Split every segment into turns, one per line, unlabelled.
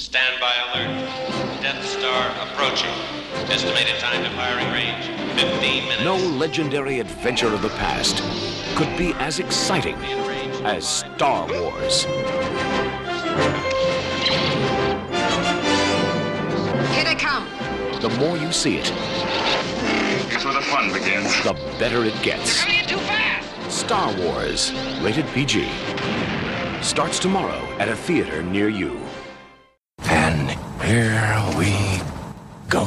Stand by alert. Death Star approaching. Estimated time to firing range 15 minutes.
No legendary adventure of the past could be as exciting
In range.
as Star Wars.
Here they come.
The more you see it,
Here's where the fun begins.
the better it gets.
in too fast.
Star Wars, rated PG, starts tomorrow at a theater near you.
And here we go.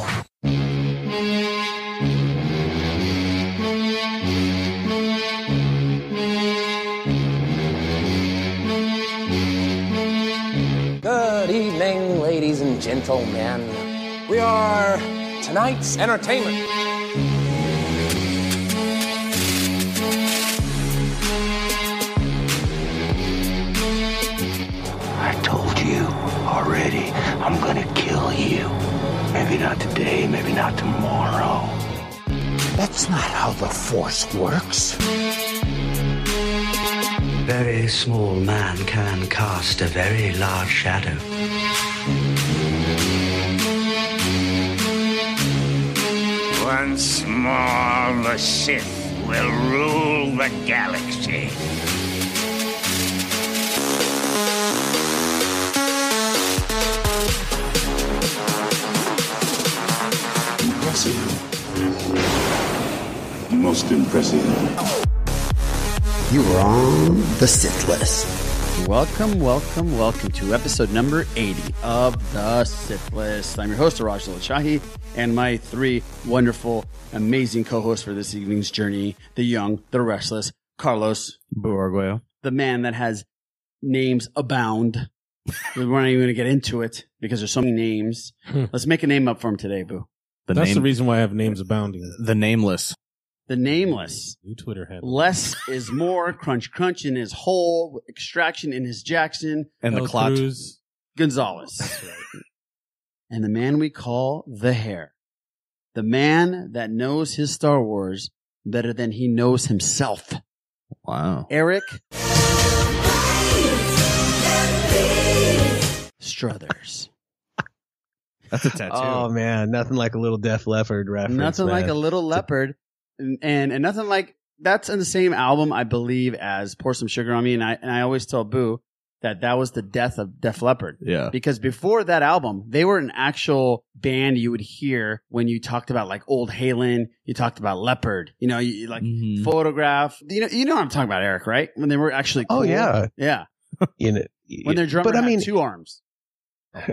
Good evening, ladies and gentlemen. We are tonight's entertainment.
I told you already, I'm gonna kill you. Maybe not today, maybe not tomorrow.
That's not how the Force works.
Very small man can cast a very large shadow.
Once more, the Sith will rule the galaxy.
Impressive. Most impressive.
You were on the Sith list.
Welcome, welcome, welcome to episode number 80 of The Sith List. I'm your host, Araj Shahi, and my three wonderful, amazing co hosts for this evening's journey the young, the restless, Carlos,
Buarguayo.
the man that has names abound. We're not even going to get into it because there's so many names. Let's make a name up for him today, Boo.
The
That's
name,
the reason why I have names abounding.
The nameless.
The nameless.
New Twitter handle.
Less is more. Crunch, crunch in his hole. Extraction in his Jackson.
And the
El
clot.
Cruz.
Gonzalez. and the man we call the Hare. The man that knows his Star Wars better than he knows himself.
Wow.
Eric Struthers.
That's a tattoo.
Oh man, nothing like a little Def Leppard reference.
nothing like a little leopard and, and and nothing like that's in the same album I believe as Pour Some Sugar on Me and I and I always tell Boo that that was the death of Def Leppard.
yeah.
because before that album, they were an actual band you would hear when you talked about like old Halen, you talked about Leopard, you know, you you like
Mm-hmm.
Mhm.
Photograph. You know, you know what I'm talking about, Eric, right? When they were actually cool.
Oh yeah,
yeah.
you know,
When their drummer
But I mean,
had two arms.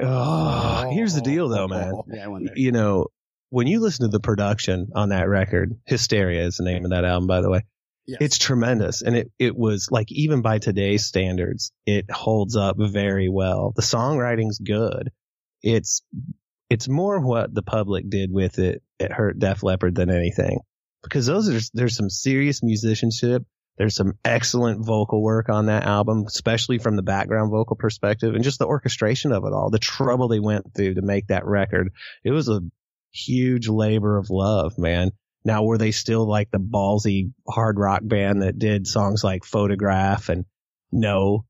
oh, here's the deal though, man. E,
Yeah, I went there.
You know, when you listen to the production on that record, Hysteria is the name of that album, by the way.
Yes.
It's tremendous, and it it was like even by today's standards, it holds up very well. The songwriting's good. It's it's more what the public did with it. It hurt Def Leppard than anything, because those are there's some serious musicianship. There's some excellent vocal work on that album, especially from the background vocal perspective and just the orchestration of it all. The trouble they went through to make that record. It was a huge labor of love, man. Now, were they still like the ballsy hard rock band that did songs like Photograph and No,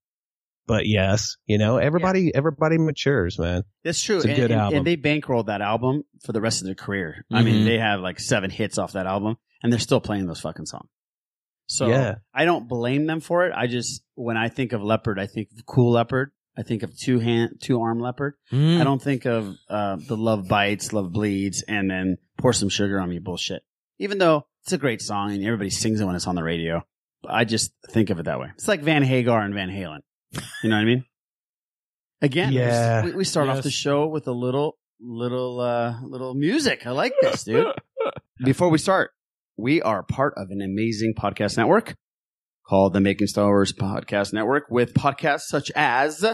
but yes, you know, everybody, everybody matures, man.
That's true.
It's a
and,
good
and-
album.
and
Mm-hmm.
they bankrolled that album for the rest of their career. I mean,
Mhm.
they have like seven hits off that album and they're still playing those fucking songs. So
Yeah.
I don't blame them for it. I just when I think of Leopard, I think of Cool Leopard. I think of two hand two arm leopard.
Mm-hmm.
I don't think of uh, the love bites, love bleeds, and then pour some sugar on me bullshit. Even though it's a great song and everybody sings it when it's on the radio, but I just think of it that way. It's like Van Hagar and Van Halen. You know what I mean? Again, we-
Yeah.
we, we start off
Yes.
the show with a little, little, uh, little music. I like this, dude. Before we start, we are part of an amazing podcast network called the Making Star Wars Podcast Network with podcasts such as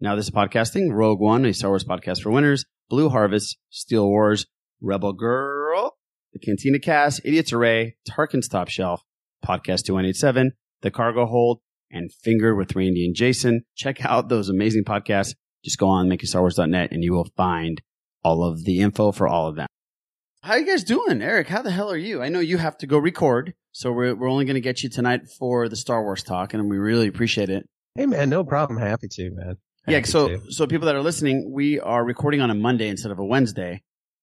Now This is Podcasting, Rogue One, a Star Wars podcast for winners, Blue Harvest, Steel Wars, Rebel Girl, The Cantina Cast, Idiots Array, Tarkin's Top Shelf, Podcast 2187, The Cargo Hold, and Fingered with Randy and Jason. Check out those amazing podcasts. Just go on makingstarwars.net and you will find all of the info for all of them. How you guys doing, Eric? How the hell are you? I know you have to go record, so we're we're only going to get you tonight for the Star Wars talk, and we really appreciate it.
Hey, man, no problem. Happy to, man.
Yeah.
Happy
So,
to.
so people that are listening, we are recording on a Monday instead of a Wednesday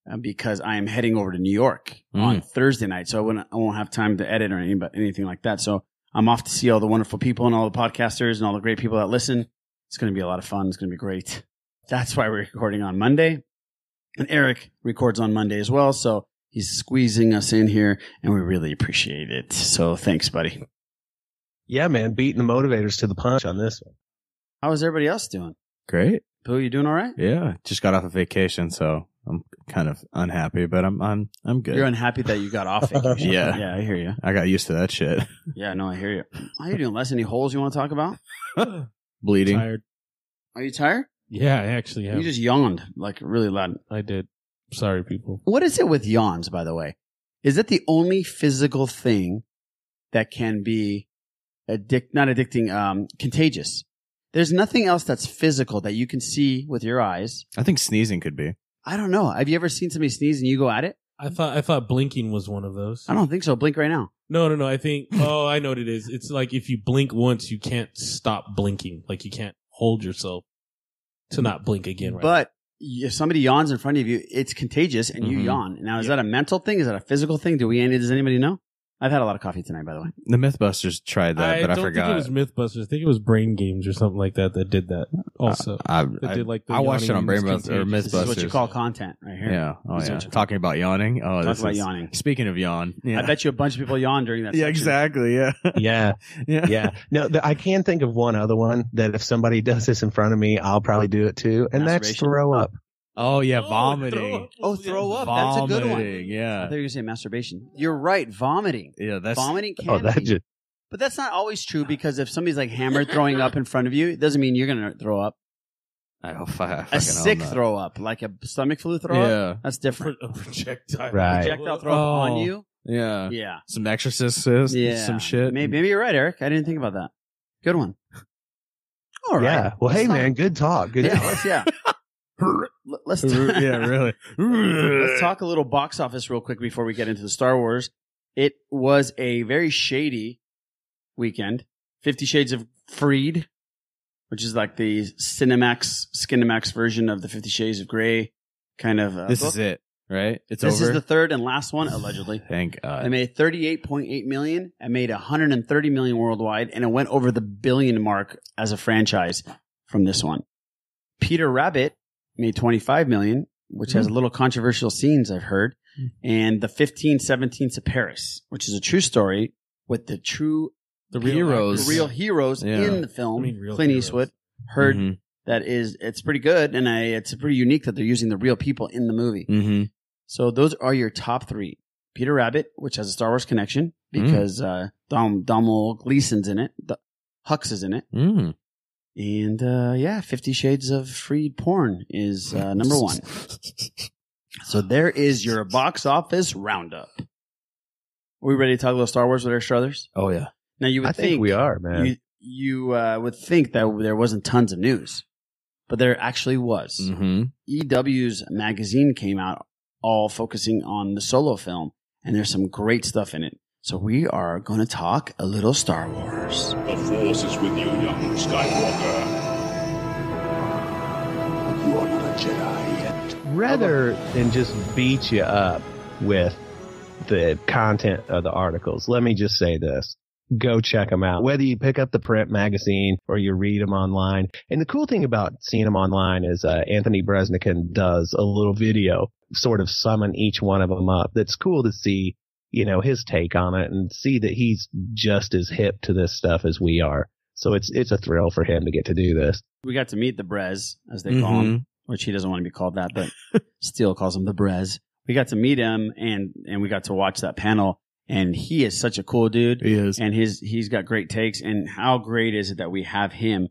uh, because I am heading over to New York on Thursday night. So I won't, I won't have time to edit or any, but anything like that. So I'm off to see all the wonderful people and all the podcasters and all the great people that listen. It's going to be a lot of fun. It's going to be great. That's why we're recording on Monday. And Eric records on Monday as well. So he's squeezing us in here and we really appreciate it. So thanks, buddy.
Yeah, man, beating the motivators to the punch on this one.
How is everybody else doing?
Great.
Pooh, you doing all right?
Yeah, just got off a vacation, so I'm kind of unhappy, but I'm I'm I'm good.
You're unhappy that you got off vacation.
Yeah.
Yeah, I hear you.
I got used to that shit.
Yeah, no, I hear you. How you doing? Les, any holes you want to talk about?
Bleeding.
Tired.
Are you tired?
Yeah, I actually am.
You just yawned like really loud.
I did. Sorry, people.
What is it with yawns, by the way? Is it the only physical thing that can be addict, not addicting, um, contagious? There's nothing else that's physical that you can see with your eyes.
I think sneezing could be.
I don't know. Have you ever seen somebody sneeze and you go at it?
I thought I thought blinking was one of those.
I don't think so. Blink right now.
No, no, no. I think. Oh, I know what it is. It's like if you blink once, you can't stop blinking. Like you can't hold yourself to not blink again. Right.
But if somebody yawns in front of you, it's contagious and you
Mm-hmm.
Mhm.
yawn. Now, is
Yeah.
that a mental thing? Is that a physical thing? Do we, any- does anybody know? I've had a lot of coffee tonight, by the way.
The MythBusters tried
now.
that,
I
but I
don't
forgot.
think it was MythBusters. I think it was Brain Games or something like that that did that. Also,
I,
that
I,
did like the
I watched it on
yawning
Brain
was
Bus- or
This
contagious.
is what you
MythBusters.
call content right here.
yeah, oh
This is
yeah.
what you-
Talking about yawning. Oh,
Talk
this
about
is-
yawning.
Speaking of yawn, yeah.
I bet you a bunch of people yawned during that.
yeah,
section.
exactly. Yeah,
Yeah,
yeah,
yeah. No, th- I can think of one other one that if somebody does this in front of me, I'll probably do it too, and that's
Masturbation?
throw up.
Oh yeah,
Oh, throw
vomiting.
up.
Oh, throw up. That's a good one.
Vomiting,
I thought
Yeah,
you were going to say masturbation. You're right. Vomiting.
yeah. That's
vomiting can
Oh, that
be.
just
But that's not always true because if somebody's like hammered throwing up in front of you, it doesn't mean you're going to throw up.
I hope I, I
A
fucking
sick
hope not.
throw up, like a stomach flu throw up,
Yeah,
that's
For
different.
a projectile.
Right.
Projectile throw up on
Oh.
you.
yeah.
Yeah.
Some exorcists,
Yeah.
some shit.
Maybe, maybe you're right, Eric. I didn't think about that. Good one. All right.
yeah. Well, hey
Let's
man, good talk. Good
Yeah.
talk.
Let's, yeah. L- let's
yeah, really.
Let's talk a little box office real quick before we get into the Star Wars. It was a very shady weekend. Fifty Shades of Freed, which is like the Cinemax, Skinemax version of the Fifty Shades of Grey kind of. Uh,
This
book.
is it, right? It's
This
over.
is the third and last one, allegedly.
Thank
It
God.
made 38.8 million. It made 130 million worldwide, and it went over the billion mark as a franchise from this one. Peter Rabbit made 25 million, which
Hmm.
has a little controversial scenes I've heard, and the 15 17th of Paris, which is a true story with the true
The
Heroes.
actors.
real heroes
Yeah.
in the film.
I mean, real
Clint
heroes. Mm-hmm.
Eastwood heard
Mhm.
that is it's pretty good, and I, it's pretty unique that they're using the real people in the movie.
Mhm.
So those are your top three: Peter Rabbit, which has a Star Wars connection
Hmm.
because uh, Dom Domhnall Gleeson's in it, D- Hux is in it,
Mm.
and uh, yeah, Fifty Shades of Freed porn is uh, number one. So there is your box office roundup. Are we ready to talk a little Star Wars with our Struthers?
Oh yeah.
Now you would
I think, we are, man.
You, you uh, would think that there wasn't tons of news, but there actually was.
Mm-hmm.
EW's E magazine came out all focusing on the solo film, and there's some great stuff in it. So we are going to talk a little Star Wars.
The Force is with you, young Skywalker.
You are not a Jedi yet.
Rather than just beat you up with the content of the articles, let me just say this. Go check them out. Whether you pick up the print magazine or you read them online. And the cool thing about seeing them online is uh, Anthony Bresnikan does a little video, sort of summon each one of them up. That's cool to see, you know, his take on it and see that he's just as hip to this stuff as we are. So it's it's a thrill for him to get to do this.
We got to meet the Brez, as they call
Mm-hmm.
him, which he doesn't want to be called that, but still calls him the Brez. We got to meet him, and and we got to watch that panel, and he is such a cool dude.
He is.
and his he's got great takes and how great is it that we have him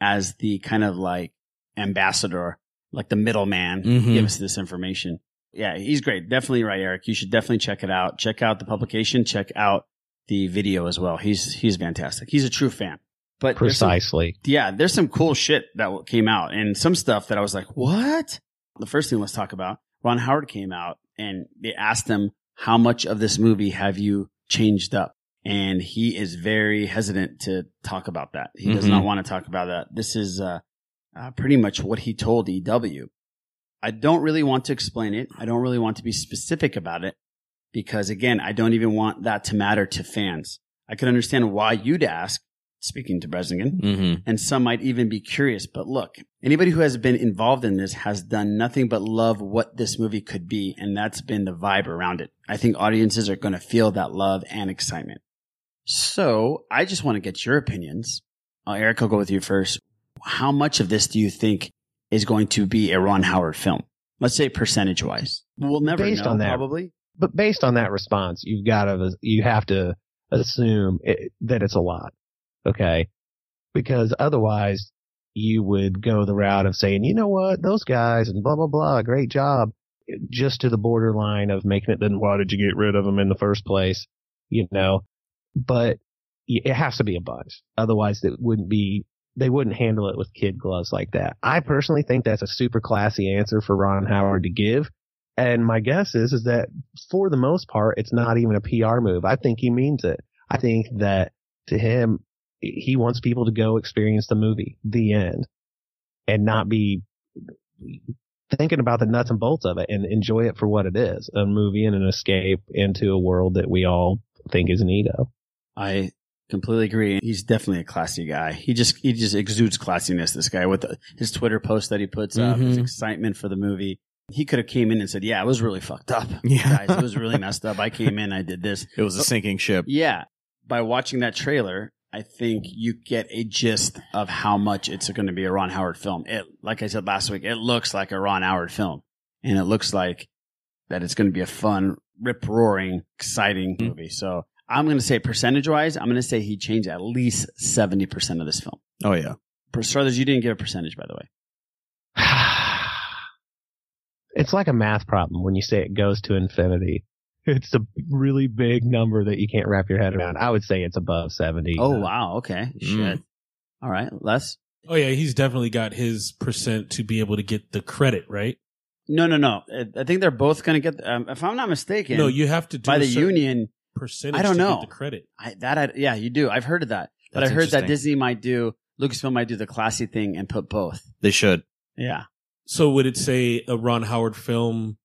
as the kind of like ambassador like the middleman
Mhm.
give us this information yeah he's great definitely right eric you should definitely check it out check out the publication check out the video as well he's he's fantastic he's a true fan but there's some-
Precisely.
yeah, there's some cool shit that came out and some stuff that I was like, what? The first thing let's talk about Ron Howard came out and they asked him, how much of this movie have you changed up? And he is very hesitant to talk about that. He does
Mhm.
not want to talk about that. This is, uh, uh, pretty much what he told EW. I don't really want to explain it. I don't really want to be specific about it because, again, I don't even want that to matter to fans. I can understand why you'd ask, speaking to Bresnigan,
Mm-hmm.
and some might even be curious. But look, anybody who has been involved in this has done nothing but love what this movie could be, and that's been the vibe around it. I think audiences are going to feel that love and excitement. So I just want to get your opinions. Uh, Eric, I'll go with you first. How much of this do you think is going to be a Ron Howard film? Let's say percentage wise. We'll never
based
know,
on that,
probably.
But based on that response, you've got to you have to assume it, that it's a lot, okay? Because otherwise, you would go the route of saying, you know what, those guys and blah blah blah, great job, just to the borderline of making it. Then why did you get rid of them in the first place? You know, but y- it has to be a bunch. Otherwise, it wouldn't be. They wouldn't handle it with kid gloves like that. I personally think that's a super classy answer for Ron Howard to give. And my guess is is that for the most part, it's not even a PR move. I think he means it. I think that to him, he wants people to go experience the movie, the end, and not be thinking about the nuts and bolts of it and enjoy it for what it is a movie and an escape into a world that we all think is an ego.
I completely agree. He's definitely a classy guy. He just he just exudes classiness. This guy with the, his Twitter post that he puts up, his
Mhm.
excitement for the movie. He could have came in and said, "Yeah, it was really fucked up, guys. It was really messed up. I came in, I did this.
It was a
But-
sinking ship.
Yeah. By watching that trailer, I think you get a gist of how much it's going to be a Ron Howard film. It, like I said last week, it looks like a Ron Howard film, and it looks like that it's going to be a fun, rip roaring, exciting
Mm-hmm.
movie. So I'm going to say percentage wise, I'm going to say he changed at least seventy percent of this film.
Oh yeah.
Per- Struthers, you didn't give a percentage, by the way.
It's like a math problem when you say it goes to infinity. It's a really big number that you can't wrap your head around. I would say it's above 70.
Oh, wow. Okay.
Mm.
Mm.
Shit. All right. Les?
Oh yeah, he's definitely got his percent to be able to get the credit, right?
No, no, no. I- I think they're both going to get. Um, if I'm not mistaken,
No, you have to do
by
a
the
certain
union
percentage
I don't
to get
know
the credit.
I, that I, yeah, you do. I've heard of that, but
That's
I heard that
interesting.
Disney might do Lucasfilm might do the classy thing and put both.
They should.
Yeah.
So would it say a Ron Howard film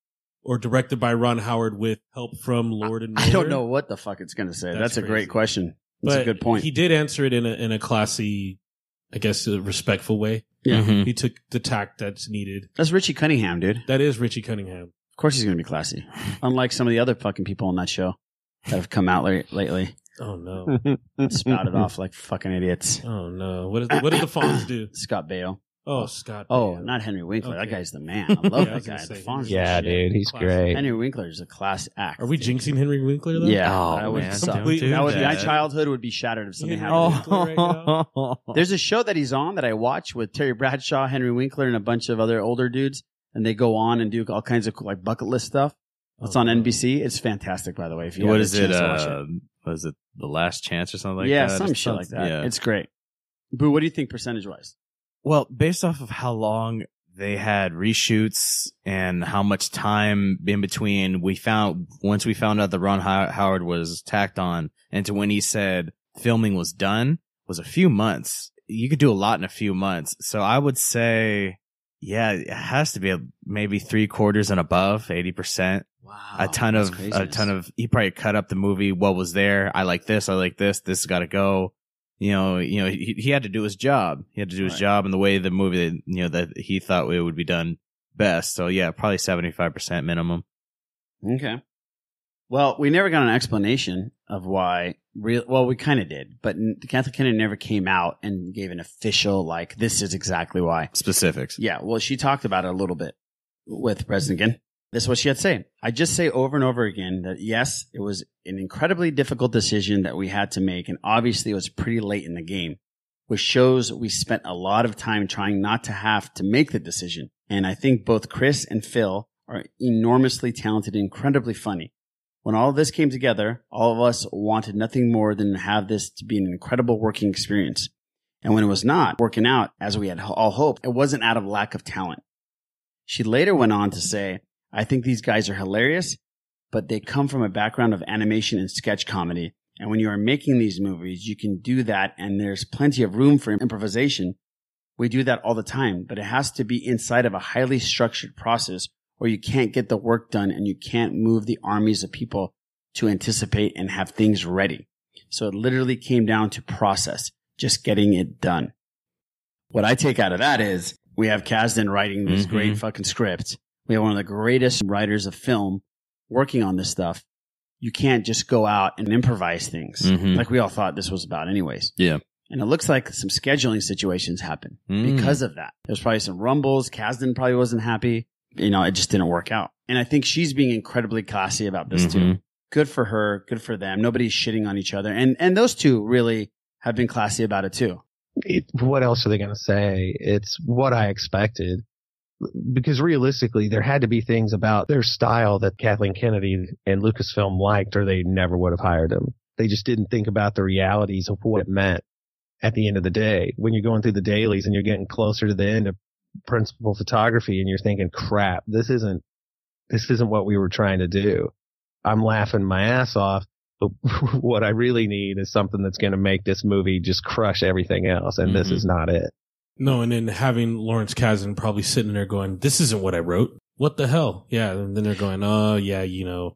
or directed by Ron Howard with help from Lord and Miller?
I don't know what the fuck it's going to say. That's,
That's
a great
crazy.
question. That's a good point.
He did answer it in a in a classy, I guess, a respectful way.
Yeah.
Mm-hmm.
Mhm.
he took the tact that's needed.
That's Richie Cunningham, dude.
That is Richie Cunningham.
Of course he's going to be classy. Unlike some of the other fucking people on that show that have come out la- lately.
Oh no!
Spouted off like fucking idiots.
Oh no! What is what did the Fonz do?
Scott Baio.
Oh Scott.
Oh, not Henry Winkler. That guy's the man. I love
Yeah, I
that
was
guy.
gonna
The
say,
Fonz is
Yeah,
the shit.
dude, he's great.
Henry Winkler is a class act.
Are we jinxing Henry Winkler though?
Yeah,
Oh,
I would suck.
completely.
That would- my childhood would be shattered if something
Yeah.
happened.
Oh. Winkler right
There's a show that he's on that I watch with Terry Bradshaw, Henry Winkler, and a bunch of other older dudes, and they go on and do all kinds of cool, like bucket list stuff. It's on NBC. It's fantastic, by the way. If you
what
have
is
the
it?
chance to watch
Uh, what is it? The last chance or something like
yeah,
that?
some
It's
shit like that.
Yeah.
It's great. Boo, what do you think percentage wise?
Well, based off of how long they had reshoots and how much time in between, we found once we found out that Ron How- Howard was tacked on, and to when he said filming was done was a few months. You could do a lot in a few months, so I would say, yeah, it has to be a, maybe three quarters and above, eighty percent.
Wow,
a ton
that's
of a
craziness.
ton of. He probably cut up the movie. What was there? I like this. I like this. This got to go you know, you know, he, he had to do his job. He had to do his
Right.
job in the way the movie, that, you know, that he thought it would be done best. So yeah, probably seventy five percent minimum.
Okay. Well, we never got an explanation of why. Real, well, we kind of did, but n- Kathleen Kennedy never came out and gave an official like this is exactly why
specifics.
Yeah, well, she talked about it a little bit with Bresnigan. This is what she had to say. I just say over and over again that yes, it was an incredibly difficult decision that we had to make, and obviously it was pretty late in the game, which shows we spent a lot of time trying not to have to make the decision. And I think both Chris and Phil are enormously talented and incredibly funny. When all of this came together, all of us wanted nothing more than to have this to be an incredible working experience. And when it was not working out as we had ho- all hoped, it wasn't out of lack of talent. She later went on to say, I think these guys are hilarious, but they come from a background of animation and sketch comedy. And when you are making these movies, you can do that, and there's plenty of room for improvisation. We do that all the time, but it has to be inside of a highly structured process or you can't get the work done and you can't move the armies of people to anticipate and have things ready. So it literally came down to process, just getting it done. What I take out of that is we have Kasdan writing this
Mhm.
great fucking script. We have one of the greatest writers of film working on this stuff. You can't just go out and improvise things
Mhm.
like we all thought this was about, anyways.
Yeah.
And it looks like some scheduling situations happened
Mm.
because of that. There's probably some rumbles. Kasdan probably wasn't happy. You know, it just didn't work out. And I think she's being incredibly classy about this too.
Mhm.
Good for her. Good for them. Nobody's shitting on each other. And and those two really have been classy about it too.
it, what else are they going to say? It's what I expected. Because realistically, there had to be things about their style that Kathleen Kennedy and Lucasfilm liked, or they never would have hired them. They just didn't think about the realities of what it meant at the end of the day. When you're going through the dailies and you're getting closer to the end of principal photography and you're thinking, crap, this isn't, this isn't what we were trying to do. I'm laughing my ass off. But what I really need is something that's going to make this movie just crush everything else. And this is not it.
No, and then having Lawrence Kasdan probably sitting there going, "This isn't what I wrote. What the hell?" Yeah, and then they're going, "Oh yeah, you know,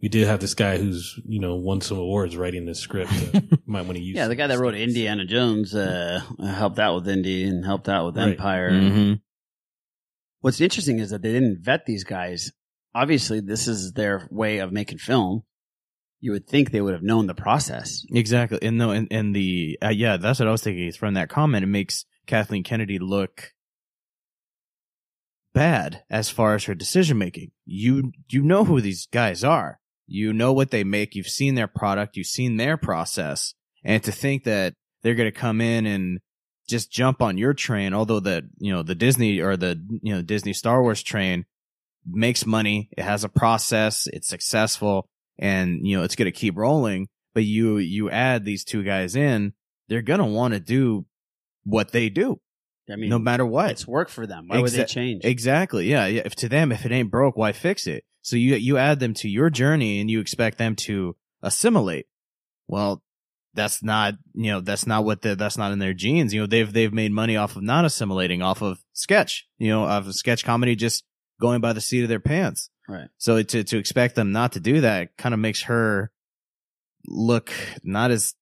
we did have this guy who's you know won some awards writing this script. Uh, might want to use."
Yeah, the guy that wrote Indiana Jones uh, helped out with Indy and helped out with
Right.
Empire.
Mhm.
What's interesting is that they didn't vet these guys. Obviously, this is their way of making film. You would think they would have known the process.
Exactly. And no, and, and the uh, yeah, that's what I was thinking. Is from that comment, it makes Kathleen Kennedy look bad as far as her decision making. You you know who these guys are. You know what they make. You've seen their product. You've seen their process. And to think that they're going to come in and just jump on your train, although the you know the Disney or the you know Disney Star Wars train makes money. It has a process. It's successful, and you know it's going to keep rolling. But you you add these two guys in, they're going to want to do what they do.
I mean,
no matter what,
It's work for them. Why would they
Exa-
change?
Exactly. Yeah. Yeah. If to them, if it ain't broke, why fix it? So you you add them to your journey and you expect them to assimilate. Well, that's not you know that's not what the, that's not in their genes. You know they've they've made money off of not assimilating, off of sketch. You know, off of sketch comedy, just going by the seat of their pants.
Right.
So to to expect them not to do that kind of makes her look not as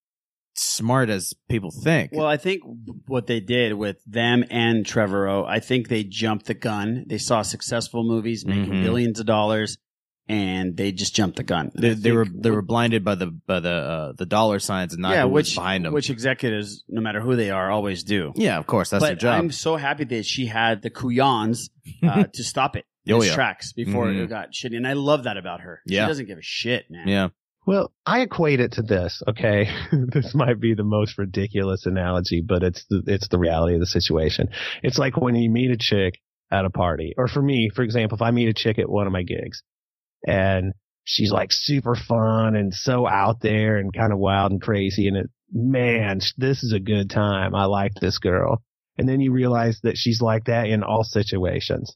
smart as people think.
Well, I think what they did with them and Trevor O, I think they jumped the gun. They saw successful movies making
Mhm.
billions of dollars, and they just jumped the gun. And I
They, they
think-
were they were blinded by the by the uh, the dollar signs and not
yeah,
who
which
was behind them.
which executives, no matter who they are, always do.
Yeah, of course, that's
but
their job.
I'm so happy that she had the kuyans uh, to stop it. in
Oh,
its
yeah.
tracks before it
Mhm.
got shitty, and I love that about her.
Yeah.
She doesn't give a shit, man.
Yeah.
Well, I equate it to this. Okay, this might be the most ridiculous analogy, but it's the, it's the reality of the situation. It's like when you meet a chick at a party, or for me, for example, if I meet a chick at one of my gigs, and she's like super fun and so out there and kind of wild and crazy, and it man, sh- this is a good time. I like this girl, and then you realize that she's like that in all situations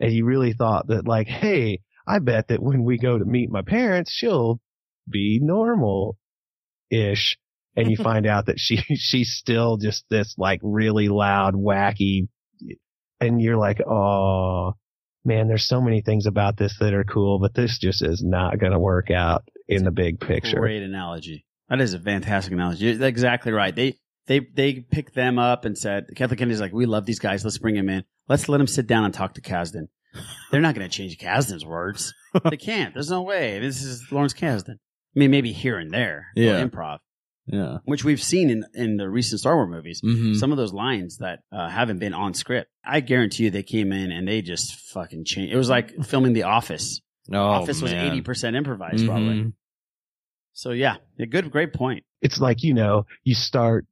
and you really thought that like hey i bet that when we go to meet my parents she'll be normal ish and you find out that she she's still just this like really loud wacky and you're like oh man there's so many things about this that are cool but this just is not going to work out in the big picture
Great analogy. That is a fantastic analogy. You're exactly right. They they they picked them up and said Kathleen Kennedy's like, we love these guys. Let's bring them in. Let's let them sit down and talk to Kasdan. They're not going to change Kasdan's words. they can't. There's no way. This is Lawrence Kasdan. I mean, maybe here and there,
Yeah.
little improv,
yeah.
which we've seen in in the recent Star Wars movies.
Mm-hmm.
Mhm.
Some of those lines that uh, haven't been on script. I guarantee you, they came in and they just fucking changed. It was like filming The Office.
Oh,
Office was
man.
eighty percent improvised, probably.
Mhm.
So yeah, a good, great point.
it's like you know you start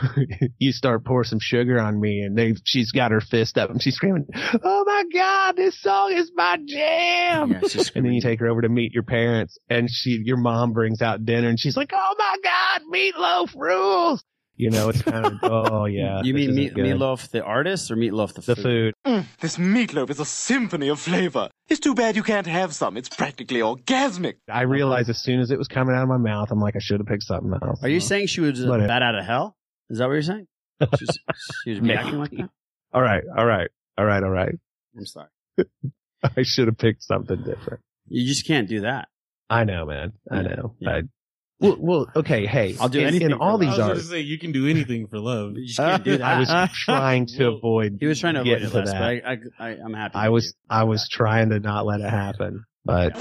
you start pour some sugar on me and they she's got her fist up and she's screaming oh my god this song is my jam and then you take her over to meet your parents and she your mom brings out dinner and she's like oh my god meatloaf rules you know it's kind of oh yeah
you
this
mean
isn't
meat,
good.
Meatloaf the artist or Meatloaf the food?
the food
Mm, this meatloaf is a symphony of flavor. It's too bad you can't have some. It's practically orgasmic.
i realized as soon as it was coming out of my mouth i'm like i should have picked something else
Are you saying she was
But it-
bad out of hell? Is that what you're saying? She's, she was reacting like that?
All right, all right, all right, all right.
I'm sorry.
I should have picked something different.
You just can't do that.
I know, man. I know. I, well, well, okay. Hey,
I'll do
in,
anything
in all
for
these
I was gonna
arts.
say you can do anything for love.
You just can't do that.
I was trying to avoid.
He was trying to avoid
getting
it
to
last,
that.
but I, I, I, I'm happy.
I was I was trying to not let it happen, but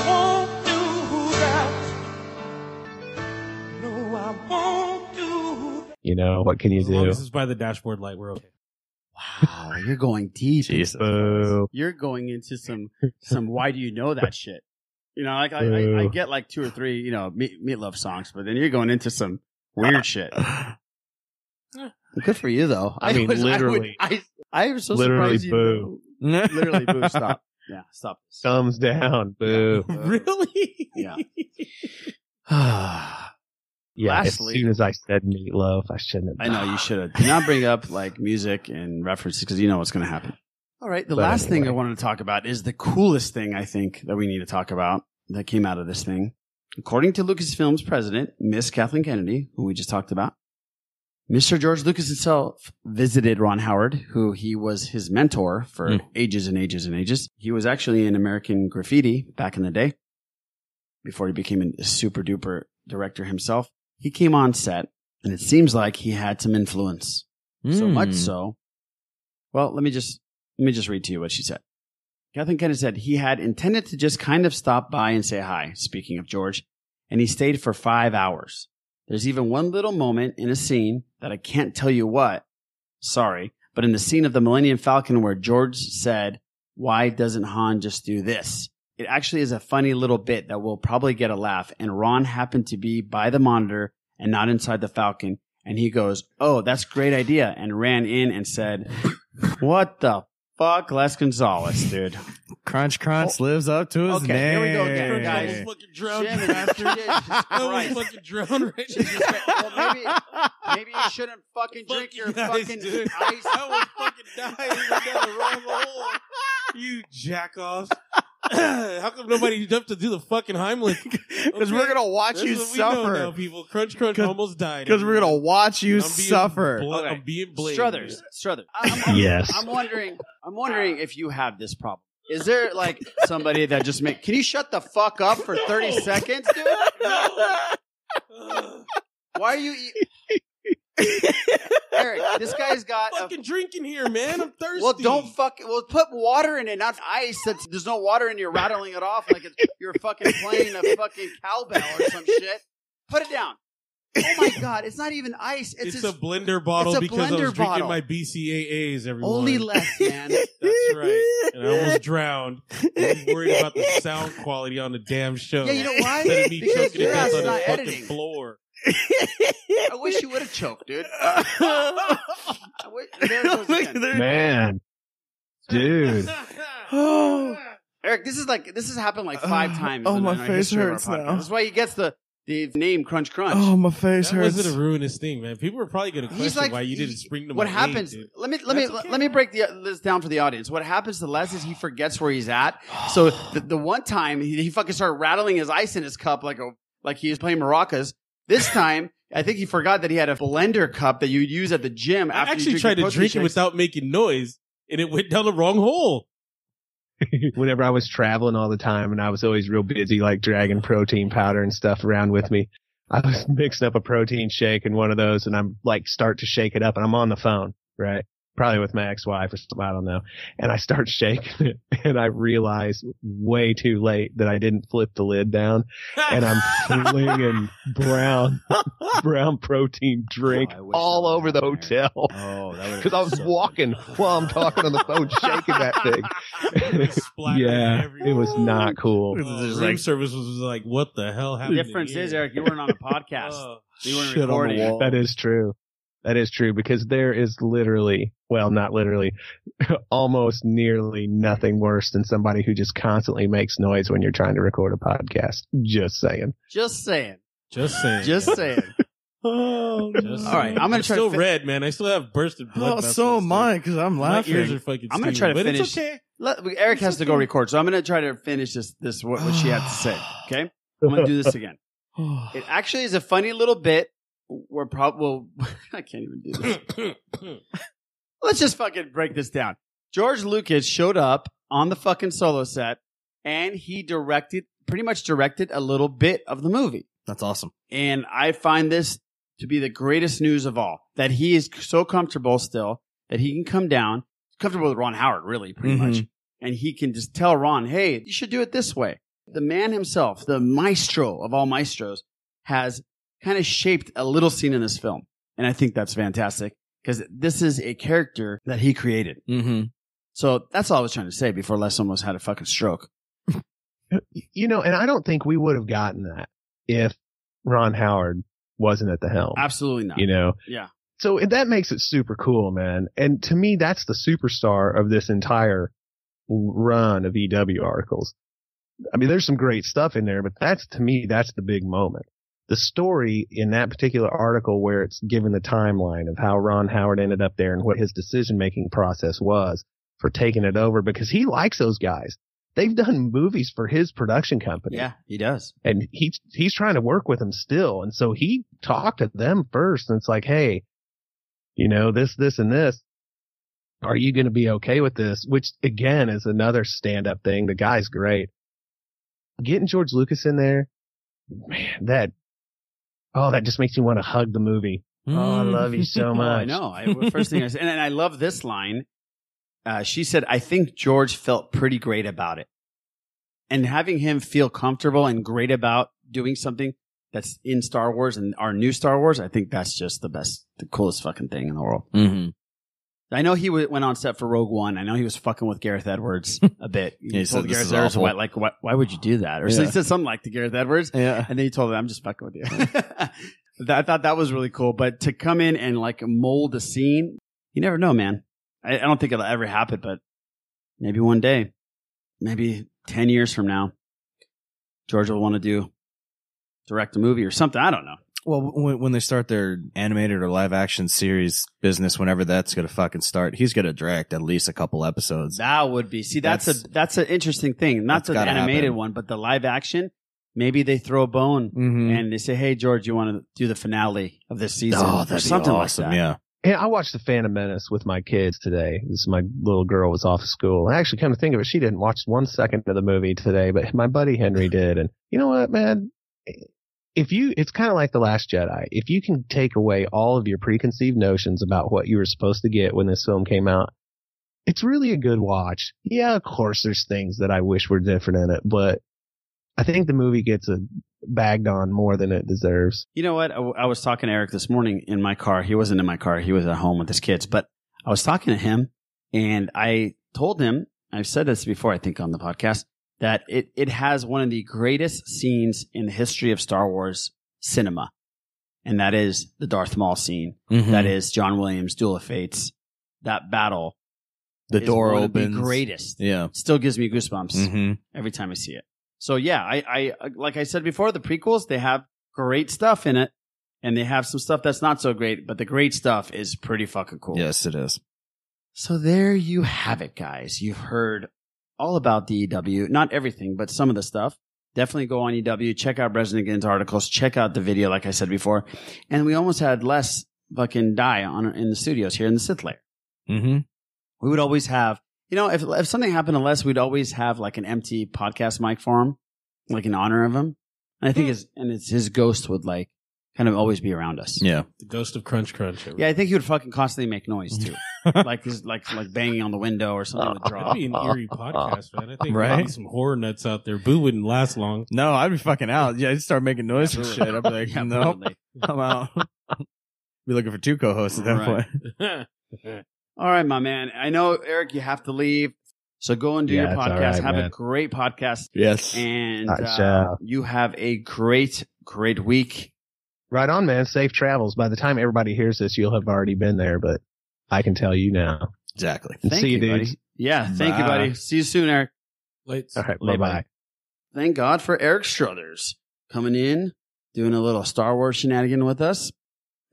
you know what can you
As long
do?
as it's by the dashboard light, we're okay.
Wow, you're going deep.
Jesus.
Boo.
You're going into some some. Why do you know that shit? You know, like I, I, I
Boo.
get like two or three, you know, meat, meatloaf songs, but then you're going into some weird shit. Good for you, though.
I mean,
was- would-
literally.
I, I, was so
Literally,
surprised you-
boo.
Literally, boo. Stop. Yeah, stop.
Thumbs down, boo.
Really?
Yeah.
Yeah.
Lastly-
as soon as I said meatloaf, I shouldn't
I
have.
know you should have. Do not bring up like music and references because you know what's going to happen. All right. The
But
last thing I
anyway.
wanted to talk about is the coolest thing I think that we need to talk about that came out of this thing. According to Lucasfilm's president, Miss Kathleen Kennedy, who we just talked about, Mr. George Lucas himself visited Ron Howard, who he was his mentor for
Hmm.
ages and ages and ages. He was actually in American Graffiti back in the day before he became a super duper director himself. He came on set and it seems like he had some influence.
Mm.
So
Hmm.
much so. Well, let me just let me just read to you what she said. Kathleen Kennedy said he had intended to just kind of stop by and say hi, speaking of George, and he stayed for five hours. There's even one little moment in a scene that I can't tell you what, sorry, but in the scene of the Millennium Falcon where George said, Why doesn't Han just do this? It actually is a funny little bit that will probably get a laugh, and Ron happened to be by the monitor and not inside the Falcon, and he goes, Oh, that's a great idea, and ran in and said, What the fuck, Les Gonzalez, dude?
Crunch Crunch lives up to his
Oh. Okay,
name.
here we go again, guys.
Almost fucking drowned,
Jim,
you bastard.
Jesus
Almost
Christ.
fucking drowned, right?
well, maybe, maybe you shouldn't fucking
Fuck
drink
you
your
guys,
fucking
dude.
ice.
I would fucking die if we got the wrong hole. You jackoffs. How come nobody jumped to do the fucking Heimlich?
Because we're gonna watch
That's
you
what we know now,
suffer.
people. Crunch Crunch
'Cause-
almost died.
Because we're gonna watch you
I'm being
suffer.
bla-
Okay.
I'm being blamed.
Struthers, Struthers. I'm,
Yes.
I'm wondering. I'm wondering if you have this problem. Is there like somebody that just make? Can you shut the fuck up for thirty
No.
seconds, dude?
Ugh,
Why are you, e- Eric? This guy's got. A,
fucking drinking here, man. I'm thirsty.
well, don't fuck. Well, put water in it, not ice. That's, there's no water, and you're rattling it off like it's, you're fucking playing a fucking cowbell or some shit. Put it down. Oh my god, it's not even ice. It's,
It's,
just
a blender bottle
it's a
because I
blender
was
bottle.
drinking my BCAAs. Everyone,
only less, man.
That's right. And I almost drowned. I was worried about the sound quality on the damn show.
Yeah, you know why?
Instead of me
Because
choking
your
to
ass
death
is
on the
not
fucking
editing.
floor.
I wish you would have choked, dude. I wish- there it goes again.
Man, dude,
Oh,
Eric, this is like this has happened like five
Uh,
times.
oh,
in
my
the
face
history of our
hurts
podcast.
now.
That's why he gets the the name Crunch Crunch.
oh, my face
That
hurts.
wasn't a ruinous thing, man. People are probably going to
He's
question
like-
why you didn't spring to
what
my
happens?
aid, dude.
let me let me
That's okay.
let me break the, uh, this down for the audience. What happens to Les is he forgets where he's at. So the, the one time he, he fucking started rattling his ice in his cup like a like he was playing maracas. This time I think he forgot that he had a blender cup that you use at the gym.
I
after you
actually
drink your
tried to
protein
drink it
shakes.
without making noise, and it went down the wrong hole.
whenever I was traveling all the time and I was always real busy, like dragging protein powder and stuff around with me, I was mixing up a protein shake and one of those and I'm like, start to shake it up and I'm on the phone, right? Probably with my ex-wife or something, I don't know. And I start shaking it and I realize way too late that I didn't flip the lid down and I'm flinging brown, brown protein drink
Oh, I wish
all
that
over the
would've happened,
hotel.
Oh, that would've
Cause I was
been so
walking while I'm talking on the phone, shaking that thing.
It splattered
yeah,
everywhere.
it was not cool.
Oh,
This is
room
like-
service was like, what the hell
The
happened?
difference
in
is,
here?
Eric, you weren't on a podcast.
Oh.
you weren't
shit on the
recording.
wall.
That is true. That is true because there is literally, well, not literally, almost nearly nothing worse than somebody who just constantly makes noise when you're trying to record a podcast. Just saying.
Just saying.
Just saying.
Just
man.
saying.
Oh,
Just
All right,
saying.
I'm gonna try to
still
fi-
red, man. I still have bursted blood.
oh
vessels,
so
dude.
am I because I'm
My ears are
laughing.
fucking.
I'm gonna
steaming,
try to
but it's
finish-
okay.
Let, Eric has to go record, so I'm going to try to finish this. This what, what she had to say. Okay, I'm going to do this again. It actually is a funny little bit we're probably well, I can't even do this. Let's just fucking break this down. George Lucas showed up on the fucking solo set and he directed pretty much directed a little bit of the movie.
That's awesome.
And I find this to be the greatest news of all that he is so comfortable still that he can come down, comfortable with Ron Howard, really, pretty
Mm-hmm.
much. And he can just tell Ron, hey, you should do it this way. The man himself, the maestro of all maestros, has kind of shaped a little scene in this film. And I think that's fantastic because this is a character that he created.
Mm-hmm.
So that's all I was trying to say before Les almost had a fucking stroke.
You know, and I don't think we would have gotten that if Ron Howard wasn't at the helm.
Absolutely not.
You know,
Yeah.
so that makes it super cool, man. And to me, that's the superstar of this entire run of EW articles. I mean, there's some great stuff in there, but that's to me, that's the big moment. The story in that particular article where it's given the timeline of how Ron Howard ended up there and what his decision making process was for taking it over because he likes those guys. They've done movies for his production company
Yeah, he does.
and he he's trying to work with them still and so he talked to them first and it's like hey you know this this and this are you going to be okay with this which again is another stand up thing the guy's great getting george lucas in there man that oh that just makes me want to hug the movie oh i love
Mm-hmm.
you so much
I know. I, first thing I said, and, and I love this line. Uh, she said, "I think George felt pretty great about it, and having him feel comfortable and great about doing something that's in Star Wars and our new Star Wars, I think that's just the best, the coolest fucking thing in the world."
Mm-hmm.
I know he w- went on set for Rogue One. I know he was fucking with Gareth Edwards a bit. He,
Yeah, he
told
said, "This
Gareth
is
Edwards,
awful."
why, like, why, why would you do that? Or so he
Yeah.
said something like to Gareth Edwards.
Yeah.
And then he told him, I'm just fucking with you. That- I thought that was really cool. But to come in and like mold a scene, you never know, man. I, I don't think it'll ever happen, but maybe one day, maybe 10 years from now, George will want to do direct a movie or something. I don't know.
Well, when, when they start their animated or live action series business, whenever that's going to fucking start, he's going to direct at least a couple episodes.
That would be see. That's,
That's-
a that's an interesting thing. Not
That's
the
gotta
animated
happen.
one, but the live action. Maybe they throw a bone
Mm-hmm.
Mhm.
and they say, "Hey, George, you want to do the finale of this season?"
oh,
or
that'd be
something
awesome.
like that.
Yeah.
Yeah, I watched The Phantom Menace with my kids today. This my little girl was off of school. And actually, come to think of it, she didn't watch one second of the movie today, but my buddy Henry did. And you know what, man? If you, it's kind of like The Last Jedi. If you can take away all of your preconceived notions about what you were supposed to get when this film came out, it's really a good watch. Yeah, of course, there's things that I wish were different in it, but I think the movie gets a, bagged on more than it deserves.
You know what? I, I was talking to Eric this morning in my car. He wasn't in my car. He was at home with his kids. But I was talking to him, and I told him, I've said this before, I think, on the podcast, that it it has one of the greatest scenes in the history of Star Wars cinema, and that is the Darth Maul scene.
Mm-hmm.
That is John Williams' Duel of Fates. That battle,
The
is
door
one of
opens.
The greatest.
Yeah.
Still gives me goosebumps
Mm-hmm.
every time I see it. So yeah, I, I like I said before, the prequels they have great stuff in it, and they have some stuff that's not so great, but the great stuff is pretty fucking cool.
Yes, it is.
So there you have it, guys. You've heard all about the EW, not everything, but some of the stuff. Definitely go on EW, check out Bresnigan's articles, check out the video, like I said before. And we almost had less fucking die on in the studios here in the Sith layer
Mm-hmm.
we would always have, you know, if, if something happened to Les, we'd always have like an empty podcast mic for him, like in honor of him. And I think his, and it's his ghost would like kind of always be around us.
Yeah.
The ghost of Crunch Crunch.
Yeah, I think he would fucking constantly make noise too, like his, like like banging on the window or something would
That'd
drop.
be an eerie podcast, man. I think
Right?
right? need some horror nuts out there. Boo wouldn't last long.
No, I'd be fucking out. Yeah, I'd start making noise and shit. I'd be like,
Yeah,
no,
totally.
I'm out. be looking for two co-hosts at that
Right.
point.
All right, my man. I know Eric, you have to leave, so go and do
Yeah,
your
it's all
podcast.
right,
have a
man.
great podcast,
Yes.
and
I
uh,
shall.
you have a great, great week.
Right on, man. Safe travels. By the time everybody hears this, you'll have already been there, but I can tell you now.
exactly.
And
Thank
see you,
you, buddy.
dudes.
Yeah, thank you,
Bye.
buddy. See you soon, Eric.
Lights.
All right. Bye
Later.
bye.
thank God for Eric Struthers coming in, doing a little Star Wars shenanigan with us.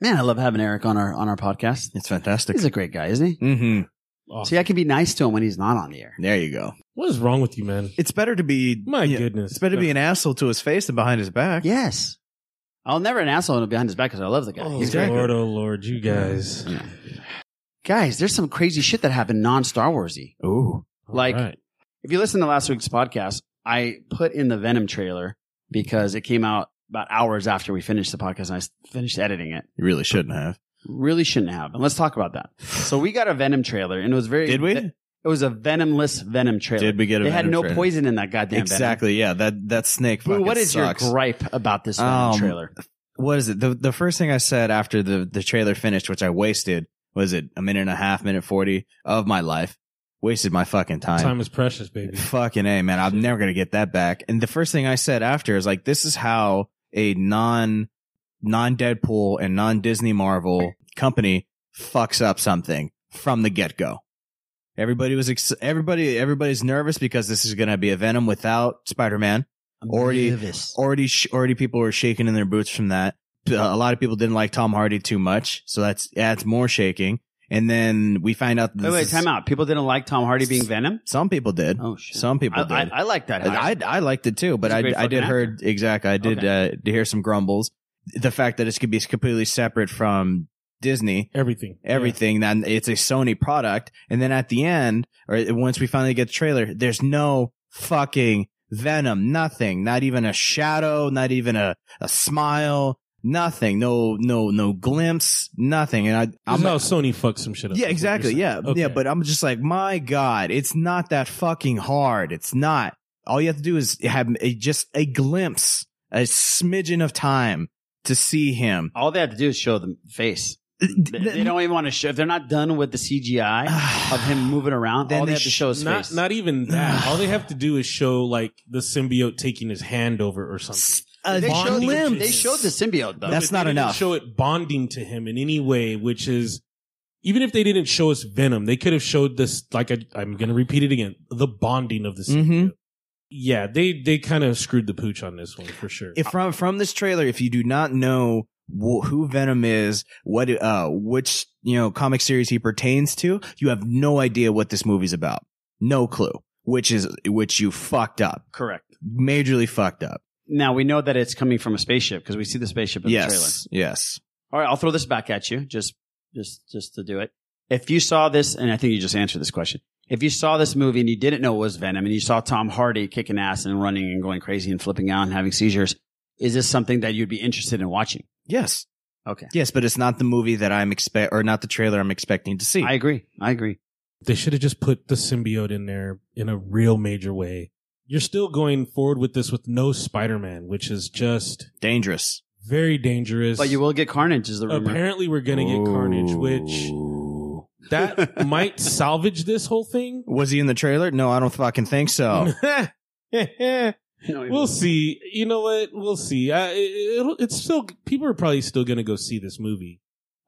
Man, I love having Eric on our on our podcast.
It's fantastic.
He's a great guy, isn't he?
mm-hmm.
Awesome.
See, I can be nice to him when he's not on the air.
There you go.
What is wrong with you, man?
It's better to be
My
yeah,
goodness.
It's better to be an asshole to his face than behind his back.
Yes. I'll never an asshole behind his back because I love the guy.
Oh,
He's great.
Lord, oh Lord, you guys.
Guys, there's some crazy shit that happened non Star Warsy.
Ooh.
Like,
right.
if you listen to last week's podcast, I put in the Venom trailer because it came out about hours after we finished the podcast and I s- finished editing it.
You really shouldn't have.
Really shouldn't have. And let's talk about that. So we got a Venom trailer and it was very.
Did we?
It was a venomless Venom trailer.
Did we get a
It had
Venom
no
trailer?
poison in that goddamn
Exactly. Yeah. That that snake.
Venom. Boo,
fucking
what is
sucks.
your gripe about this Venom
Um,
trailer?
What is it? The the first thing I said after the the trailer finished, which I wasted, was it a minute and a half, minute forty of my life. Wasted my fucking time.
Time is precious, baby.
Fucking A, man. I'm never gonna get that back. And the first thing I said after is like, this is how a non non Deadpool and non Disney Marvel company fucks up something from the get go. Everybody was ex- everybody everybody's nervous because this is gonna be a Venom without Spider Man. Already
nervous.
already sh- already people were shaking in their boots from that. Uh, A lot of people didn't like Tom Hardy too much, so that's adds more shaking. And then we find out.
Wait, wait, time out. People didn't like Tom Hardy being Venom?
Some people did.
Oh, shit.
Some people did.
I, I, I like that.
I, I liked it too, but
He's a
I,
great
I did
fucking
heard exactly. I did uh, to hear some grumbles. The fact that it's could be completely separate from Disney,
Everything.
everything, then it's a Sony product, and then at the end, or once we finally get the trailer, there's no fucking Venom, nothing, not even a shadow, not even a, a smile, nothing, no no no glimpse, nothing, and I
This
I'm
is how Sony fucks some shit up.
yeah, exactly. Yeah, yeah. But I'm just like, my God, it's not that fucking hard. It's not. All you have to do is have a, just a glimpse, a smidgen of time to see him.
All they have to do is show the face. They, they don't even want to show. If they're not done with the CGI of him moving around, all they, have to show is
not,
face.
Not even that. All they have to do is show like the symbiote taking his hand over or something.
they, showed,
Bonding to
they
him.
showed the symbiote though.
No, but they didn't Show it bonding to him in any way, which is even if they didn't show us Venom, they could have showed this. Like I, I'm going to repeat it again: the bonding of the.
Mm-hmm.
symbiote.
Mm-hmm.
Yeah, they they kind of screwed the pooch on this one for sure.
If from from this trailer, if you do not know wh- who Venom is, what uh, which you know comic series he pertains to, you have no idea what this movie's about. No clue. Which is which you fucked up,
Correct.
majorly fucked up.
Now we know that it's coming from a spaceship because we see the spaceship in the trailer.
Yes, yes.
All right, I'll throw this back at you just just just to do it. If you saw this, and I think you just answered this question. If you saw this movie and you didn't know it was Venom, and you saw Tom Hardy kicking ass and running and going crazy and flipping out and having seizures, is this something that you'd be interested in watching?
Yes.
Okay.
Yes, but it's not the movie that I'm expect or not the trailer I'm expecting to see.
I agree. I agree.
They should have just put the symbiote in there in a real major way. You're still going forward with this with no Spider-Man, which is just
Dangerous.
very dangerous.
But you will get Carnage, is the rumor.
Apparently, we're going to get Carnage, which that might salvage this whole thing.
Was he in the trailer? No, I don't fucking think so.
we'll see. You know what? We'll see. I, it, will it's still people are probably still going to go see this movie.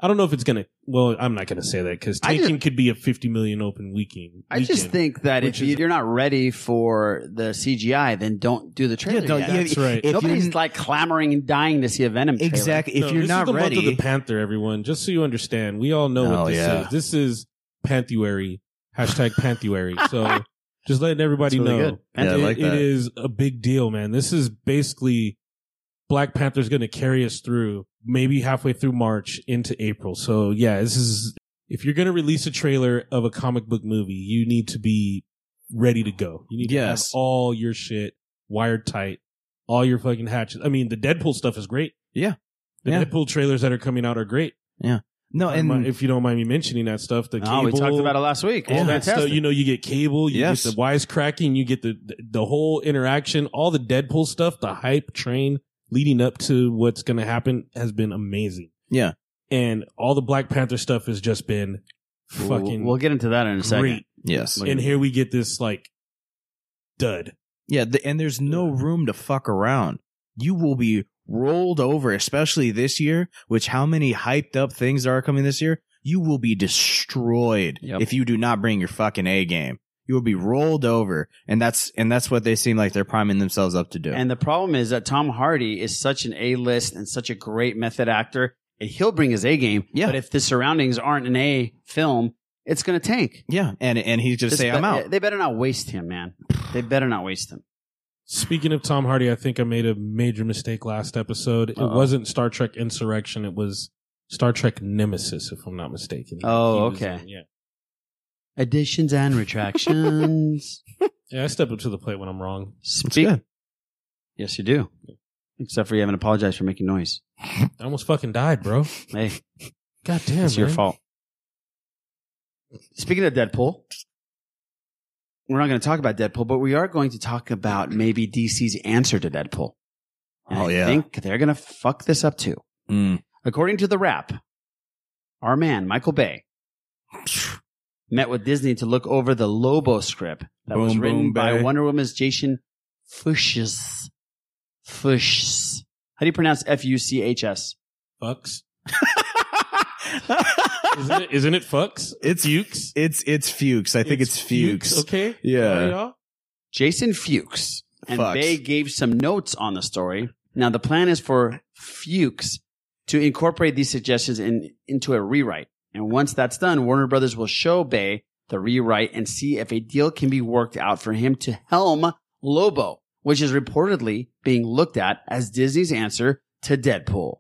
I don't know if it's going to. Well, I'm not going to say that because
I just-
Taken could be a 50 million open weekend.
I just
weekend.
think that if
which
you,
is-
you're not ready for the CGI, then don't do the trailer.
Yeah, don't-
yet.
yeah, That's right. if you're-
Nobody's like clamoring and dying to see a Venom. Trailer.
Exactly.
No,
If you're
this is
not
the month of
ready,
the Panther, everyone. Just so you understand, we all know
Oh,
what this
yeah.
is. This is Pantuary. Hashtag Pantuary. so just letting everybody
That's really
know.
good. Yeah, I
It-
like that.
it is a big deal, man. This is basically Black Panther's going to carry us through maybe halfway through March into April. So yeah, this is if you're going to release a trailer of a comic book movie, you need to be ready to go. You need
Yes.
to have all your shit wired tight, all your fucking hatches. I mean, the Deadpool stuff is great.
Yeah.
The
Yeah.
Deadpool trailers that are coming out are great.
no, and
if you don't mind me mentioning that stuff, the cable,
Oh, we talked about it last week.
all
It's
that
fantastic.
stuff. You know, you get cable, you
Yes.
get the wisecracking, you get the the whole interaction, all the Deadpool stuff, the hype train leading up to what's going to happen has been amazing.
Yeah.
and all the Black Panther stuff has just been
We'll-
fucking
We'll get into that in a second.
great.
yes,
And here we get this like dud.
yeah, the, and there's no room to fuck around. You will be rolled over, especially this year. Which how many hyped up things are coming this year? You will be destroyed
Yep.
if you do not bring your fucking A game. You will be rolled over, and that's and that's what they seem like they're priming themselves up to do.
And the problem is that Tom Hardy is such an A list and such a great method actor, and he'll bring his A game.
Yeah.
But if the surroundings aren't an A film, it's going to tank.
yeah, and and he's just
This
say
be-
I'm out.
They better not waste him, man. They better not waste him.
Speaking of Tom Hardy, I think I made a major mistake last episode. It
Uh-oh.
wasn't Star Trek Insurrection. It was Star Trek Nemesis, if I'm not mistaken.
Oh,
He was
okay.
in- yeah.
Additions and retractions.
Yeah, I step up to the plate when I'm wrong.
Speak. Yes, you do. Except for you haven't apologized for making noise.
I almost fucking died, bro.
Hey,
God damn,
it's your
man.
fault. Speaking of Deadpool, we're not going to talk about Deadpool, but we are going to talk about maybe DC's answer to Deadpool. And
Oh,
I
yeah.
think they're going to fuck this up too.
Mm.
According to the rap, our man, Michael Bay, met with Disney to look over the Lobo script that was
Boom,
written
boom,
by
Bay.
Wonder Woman's Jason Fuchs. Fuchs. How do you pronounce F U C H S?
Fucks. isn't, it, isn't it fucks?
It's Fuchs. It's it's Fuchs. I think it's, Fuchs. Uh,
Okay. Sorry,
Yeah.
y'all.
Jason Fuchs. And
Fuchs.
Bay gave some notes on the story. Now, the plan is for Fuchs to incorporate these suggestions in, into a rewrite. And once that's done, Warner Brothers will show Bay the rewrite and see if a deal can be worked out for him to helm Lobo, which is reportedly being looked at as Disney's answer to Deadpool.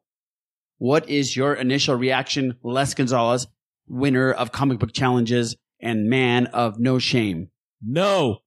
What is your initial reaction, Les Gonzalez, winner of comic book challenges and man of no shame?
No.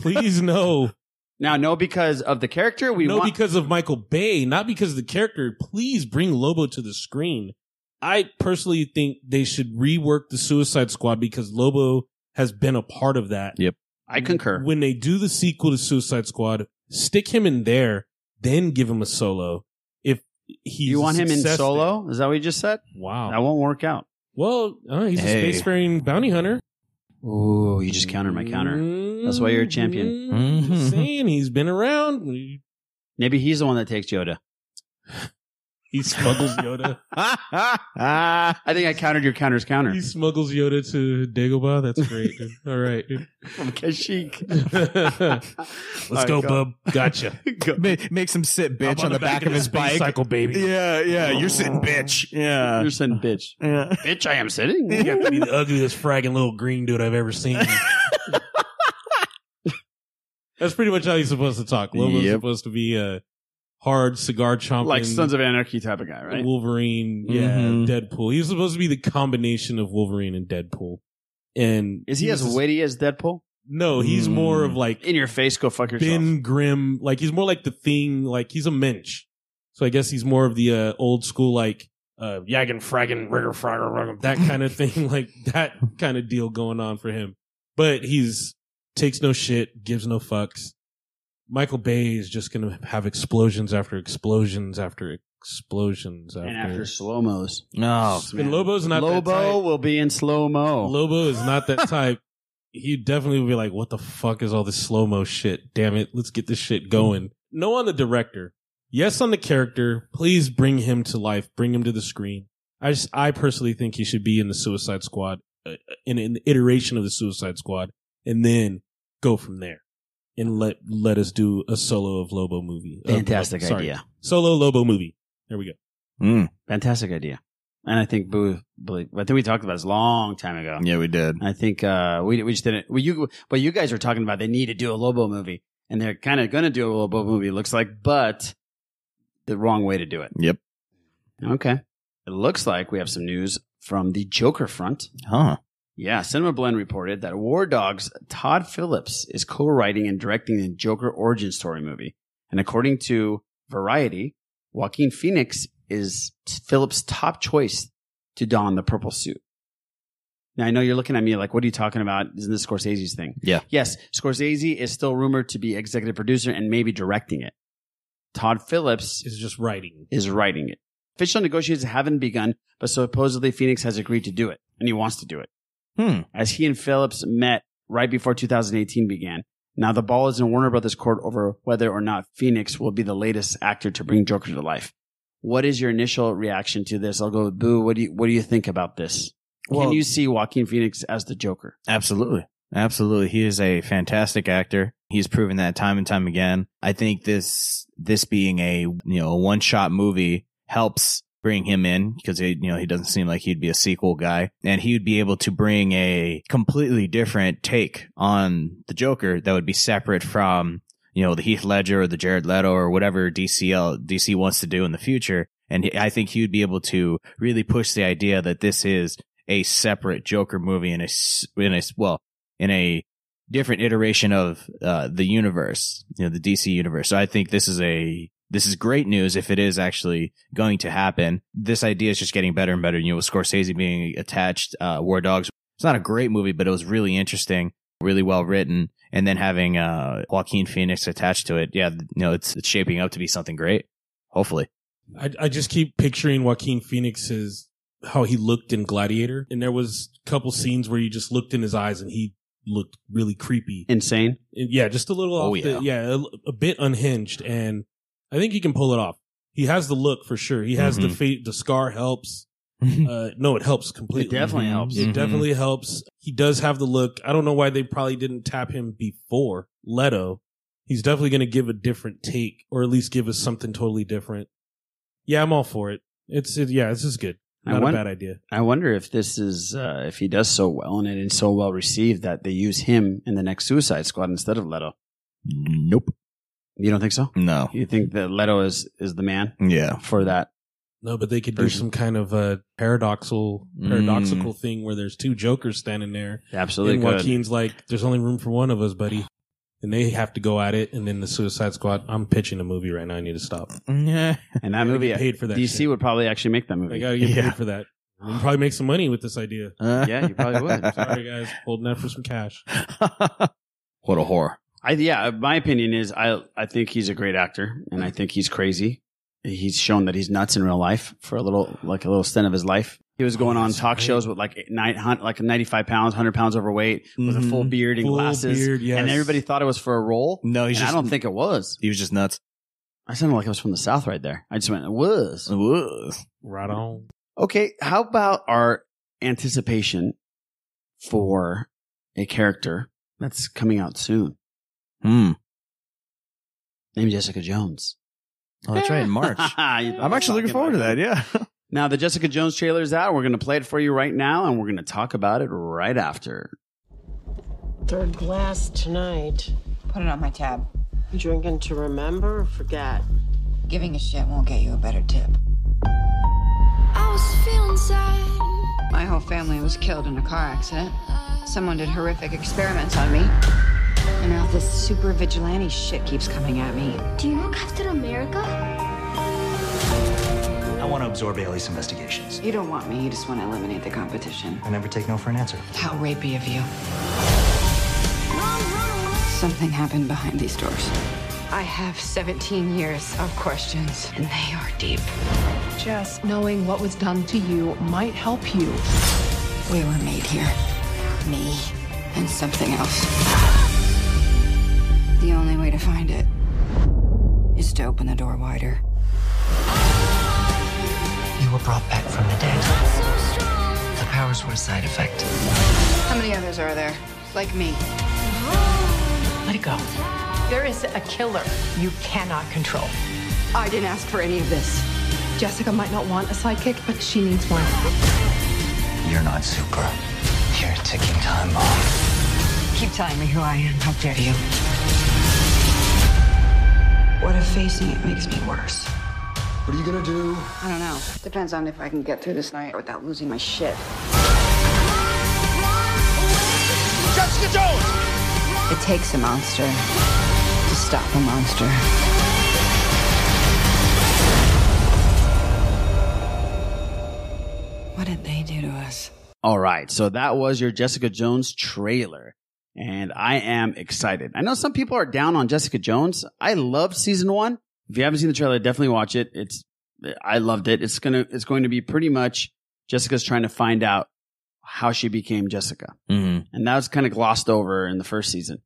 Please no.
Now, no, because of the character we
no,
want.
because of Michael Bay, not because of the character. Please bring Lobo to the screen. I personally think they should rework the Suicide Squad because Lobo has been a part of that.
Yep.
I concur.
When they do the sequel to Suicide Squad, stick him in there, then give him a solo. If he's
you
a
want him in
success
solo? Is that what you just said?
there. Wow.
That won't work out.
well, uh, he's
Hey.
a spacefaring bounty hunter.
Ooh, you just countered my counter. That's why you're a champion.
Mhm. Just saying he's been around. He
Maybe he's the one that takes Yoda.
he smuggles Yoda.
Ah,
I think I countered your counter's counter.
he smuggles Yoda to Dagobah. That's great. dude. All right. dude.
from Kashyyyk.
Let's
All right,
go,
go.
bub. Gotcha.
Ma- makes him sit,
I'm
bitch, on, the, back, of his
space
bike. Oh.
cycle, baby.
Yeah, yeah. You're sitting, bitch. Yeah.
You're saying bitch.
yeah.
bitch, I am sitting.
You have to be the ugliest fragging little green dude I've ever seen. That's pretty much how he's supposed to talk. Lobo's
Yep.
supposed to be a hard cigar chomping,
like Sons of Anarchy type of guy, right? Mm-hmm.
Wolverine, yeah,
Mhm.
Deadpool. He's supposed to be the combination of Wolverine and Deadpool. And
Is he
he's-
as witty as Deadpool?
No, he's more of
Mm.
like
In your face, go fuck yourself.
Ben Grimm. Like he's more like the thing. Like he's a mensch. So I guess he's more of the uh, old school like uh, yaggin fraggin rigger frogger rugger, that kind of thing. Like that kind of deal going on for him. But he's takes no shit, gives no fucks. Michael Bay is just gonna have explosions after explosions after explosions after.
and after slow mos,
No.
and Lobo's not
Lobo
that type.
will be in slow mo.
Lobo is not that type. He definitely would be like, "What the fuck is all this slow mo shit? Damn it, let's get this shit going." No on the director, yes on the character. Please bring him to life. Bring him to the screen. I just, I personally think he should be in the Suicide Squad, uh, in an iteration of the Suicide Squad, and then go from there, and let let us do a solo of Lobo movie. Uh,
Fantastic
sorry,
idea.
Solo Lobo movie. There we go.
Mm.
Fantastic idea. And I think Boo, believe, I think we talked about this a long time ago.
Yeah, we did.
I think uh, we we just didn't. Well, you but you guys were talking about they need to do a Lobo movie, and they're kind of going to do a Lobo movie. It looks like, but the wrong way to do it.
Yep.
Okay. It looks like we have some news from the Joker front.
Huh.
Yeah, Cinema Blend reported that War Dogs Todd Phillips is co-writing and directing the Joker origin story movie, and according to Variety, Joaquin Phoenix is Phillips' top choice to don the purple suit. Now I know you're looking at me like, what are you talking about? Isn't this Scorsese's thing?
Yeah.
Yes, Scorsese is still rumored to be executive producer and maybe directing it. Todd Phillips
It's just writing.
is writing it. Official negotiations haven't begun, but supposedly Phoenix has agreed to do it, and he wants to do it.
Hmm.
As he and Phillips met right before 2018 began. Now the ball is in Warner Brothers' court over whether or not Phoenix will be the latest actor to bring Joker to life. What is your initial reaction to this? I'll go with Boo. What do you What do you think about this?
Well-
Can you see Joaquin Phoenix as the Joker?
Absolutely. Absolutely. He is a fantastic actor. He's proven that time and time again. I think this this being a you know a one shot movie helps bring him in because you know he doesn't seem like he'd be a sequel guy and he would be able to bring a completely different take on the Joker that would be separate from you know the Heath Ledger or the Jared Leto or whatever DCL DC wants to do in the future. And he- I think he would be able to really push the idea that this is a separate Joker movie in a s- in a s- well in a different iteration of uh, the universe, you know, the DC universe. So I think this is a this is great news if it is actually going to happen. This idea is just getting better and better. You know, with Scorsese being attached, uh, War Dogs. It's not a great movie, but it was really interesting, really well written, and then having uh, Joaquin Phoenix attached to it. Yeah, you know, it's it's shaping up to be something great. Hopefully,
I, I just keep picturing Joaquin Phoenix's how he looked in Gladiator, and there was a couple scenes where you just looked in his eyes, and he looked really creepy,
insane.
Yeah, just a little
Oh,
off. the-
yeah.
yeah a, a bit unhinged, and I think he can pull it off. He has the look for sure. He has the
Mhm.
fa- the scar helps. uh, no, it helps completely.
It definitely helps.
It
Mhm.
definitely helps. He does have the look. I don't know why they probably didn't tap him before Leto. He's definitely going to give a different take, or at least give us something totally different. Yeah, I'm all for it. It's it, yeah, this is good. Not
won-
a bad idea.
I wonder if this is uh, if he does so well and it is so well received that they use him in the next Suicide Squad instead of Leto.
Nope.
You don't think so?
No.
You think that Leto is is the man?
Yeah.
For that.
No, but they could do some kind of uh paradoxal
Mm.
paradoxical thing where there's two jokers standing there.
Absolutely
And
could.
Joaquin's like, There's only room for one of us, buddy. And they have to go at it and then the Suicide Squad I'm pitching a movie right now, I need to stop.
Yeah.
And that movie
get paid for that
DC would probably actually make that movie.
I gotta get paid for that. You can probably make some money with this idea.
Yeah, you probably would.
Sorry guys, holding out for some cash.
What a horror.
I yeah, my opinion is I I think he's a great actor and I think he's crazy. He's shown that he's nuts in real life for a little like a little stint of his life. He
Oh,
was going on talk shows with like nine hun- like ninety five pounds, hundred pounds overweight, with a full
Mhm.
beard and
Full
glasses,
beard, yes.
and everybody thought it was for a role.
No, he's
and I
just-
don't think it was.
He was just nuts.
I sounded like I was from the south right there. I just went it was
it was
right on.
Oh.
Okay, how about our anticipation for a character that's coming out soon?
Hmm.
Named Jessica Jones.
Oh, that's right, in March.
I'm
actually looking forward to that. Yeah.
Now the Jessica Jones trailer is out. We're going to play it for you right now, and we're going to talk about it right after.
Third glass tonight. Put it on my tab. Drinking to remember or forget? Giving a shit won't get you a better tip.
I was feeling sad. My whole family was killed in a car accident. Someone did horrific experiments on me. And now this super vigilante shit keeps coming at me.
Do you know Captain America?
I want to absorb Ailey's investigations.
You don't want me, you just want to eliminate the competition.
I never take no for an answer.
How rapey of you. Something happened behind these doors. I have 17 years of questions, and they are deep.
Just knowing what was done to you might help you.
We were made here. Me and something else. The only way to find it is to open the door wider.
You were brought back from the dead. The powers were a side effect.
How many others are there? Like me.
Let it go. There is a killer you cannot control.
I didn't ask for any of this.
Jessica might not want a sidekick, but she needs one.
You're not super. You're a ticking time bomb.
Keep telling me who I am. How dare you? What if facing it makes me worse?
What are you gonna do?
I don't know. Depends on if I can get through this night without losing my shit.
Jessica Jones!
It takes a monster to stop a monster. What did they do to us?
All right, so that was your Jessica Jones trailer, and I am excited. I know some people are down on Jessica Jones. I loved season one. If you haven't seen the trailer, definitely watch it. It's I loved it. It's gonna it's going to be pretty much Jessica's trying to find out how she became Jessica.
Mm-hmm.
And that was kind of glossed over in the first season.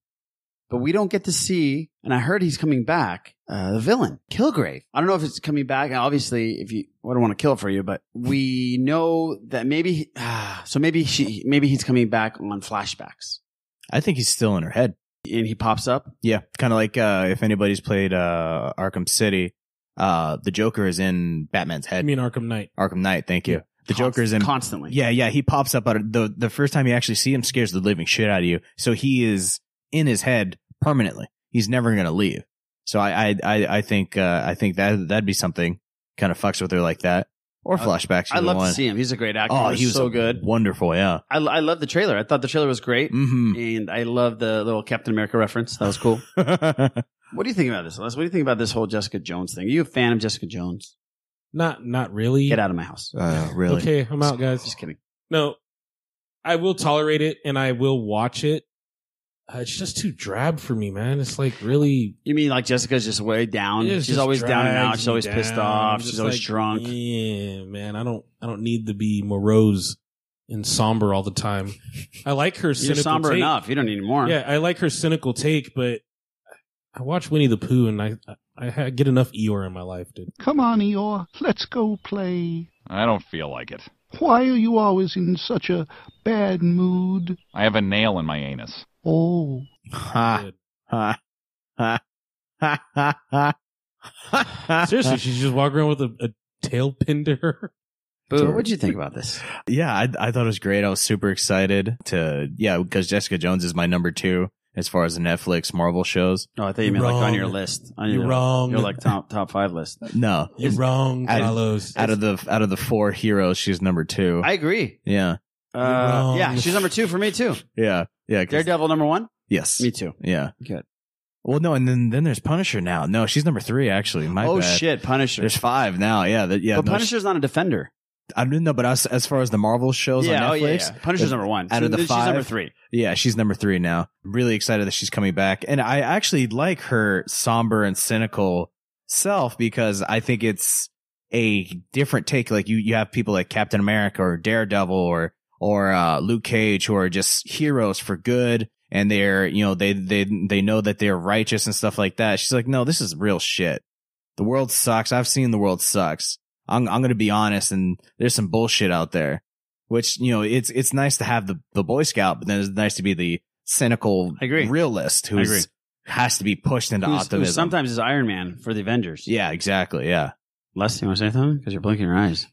But we don't get to see, and I heard he's coming back, uh, the villain, Kilgrave. I don't know if it's coming back. and Obviously, if you, I don't want to kill it for you, but we know that maybe, ah, so maybe she, maybe he's coming back on flashbacks.
I think he's still in her head.
And he pops up.
Yeah, kind of like uh, if anybody's played uh, Arkham City, uh, the Joker is in Batman's head.
I mean Arkham Knight.
Arkham Knight, thank you. The Joker is in
constantly.
Yeah, yeah. He pops up out of the the first time you actually see him scares the living shit out of you. So he is in his head permanently. he's never gonna leave. So I I I, I think uh, I think that that'd be something kind of fucks with her like that. Or
I-
flashbacks.
I
either
love to
one.
see him. He's a great actor.
Oh,
He was
he was
so
a-
good.
Wonderful. Yeah. Mm-hmm.
I, I love the trailer. I thought the trailer was great,
Mm.
and I love the little Captain America reference. That was cool. what do you think about this, Les? What do you think about this whole Jessica Jones thing? Are you a fan of Jessica Jones?
Not not really.
Get out of my house.
Uh,
Okay, I'm out, guys.
Just kidding.
No, I will tolerate it and I will watch it. Uh, it's just too drab for me, man. It's like really.
You mean like Jessica's just way down?
It
She's
just
always down and out.
drags
She's always
me
pissed
down.
off.
I'm
She's
just
always
like,
drunk.
Yeah, man. I don't. I don't need to be morose and somber all the time. I like her.
You're
cynical
somber
take.
enough. You don't need more.
Yeah, I like her cynical take, but I watch Winnie the Pooh and I I, I get enough Eeyore in my life, dude.
Come on, Eeyore, let's go play.
I don't feel like it.
Why are you always in such a bad mood?
I have a nail in my anus.
Oh.
Ha. Ha. Ha. Ha. Ha. Ha.
Seriously, she's just walking around with a, a tail pinned to her.
you think about this?
Yeah, I, I thought it was great. I was super excited to, yeah, because Jessica Jones is my number two as far as the Netflix Marvel shows.
Oh, I thought you meant like on your list. On
You're
your,
wrong.
You're like top top five list.
No,
You're wrong,
out,
Carlos.
Out of the out of the four heroes, she's number two.
I agree.
yeah,
Uh, yeah, she's number two for me too.
yeah, yeah. 'cause-
Daredevil number one.
yes,
me too.
Yeah,
good.
Well, no, and then then there's Punisher now. No, she's number three actually. My
oh
bad.
shit, Punisher.
There's five now. Yeah, that, yeah.
but
no,
Punisher's not a defender.
I don't know, but as, as far as the Marvel shows
Yeah, oh,
on Netflix,
yeah, yeah. Punisher's
the-
number one.
Out
So
of the
then she's
five,
number three.
Yeah, she's number three now. I'm really excited that she's coming back, and I actually like her somber and cynical self because I think it's a different take. Like you, you have people like Captain America or Daredevil or or uh, Luke Cage who are just heroes for good, and they're you know they they they know that they're righteous and stuff like that. She's like, no, this is real shit. The world sucks. I've seen the world sucks. I'm I'm gonna be honest, and there's some bullshit out there. Which you know, it's it's nice to have the the Boy Scout, but then it's nice to be the cynical realist who
agree.
has to be pushed into
Who's- who
optimism.
sometimes is Iron Man for the Avengers.
Yeah, exactly. Yeah.
Les, you want to say something? Because you're blinking your eyes.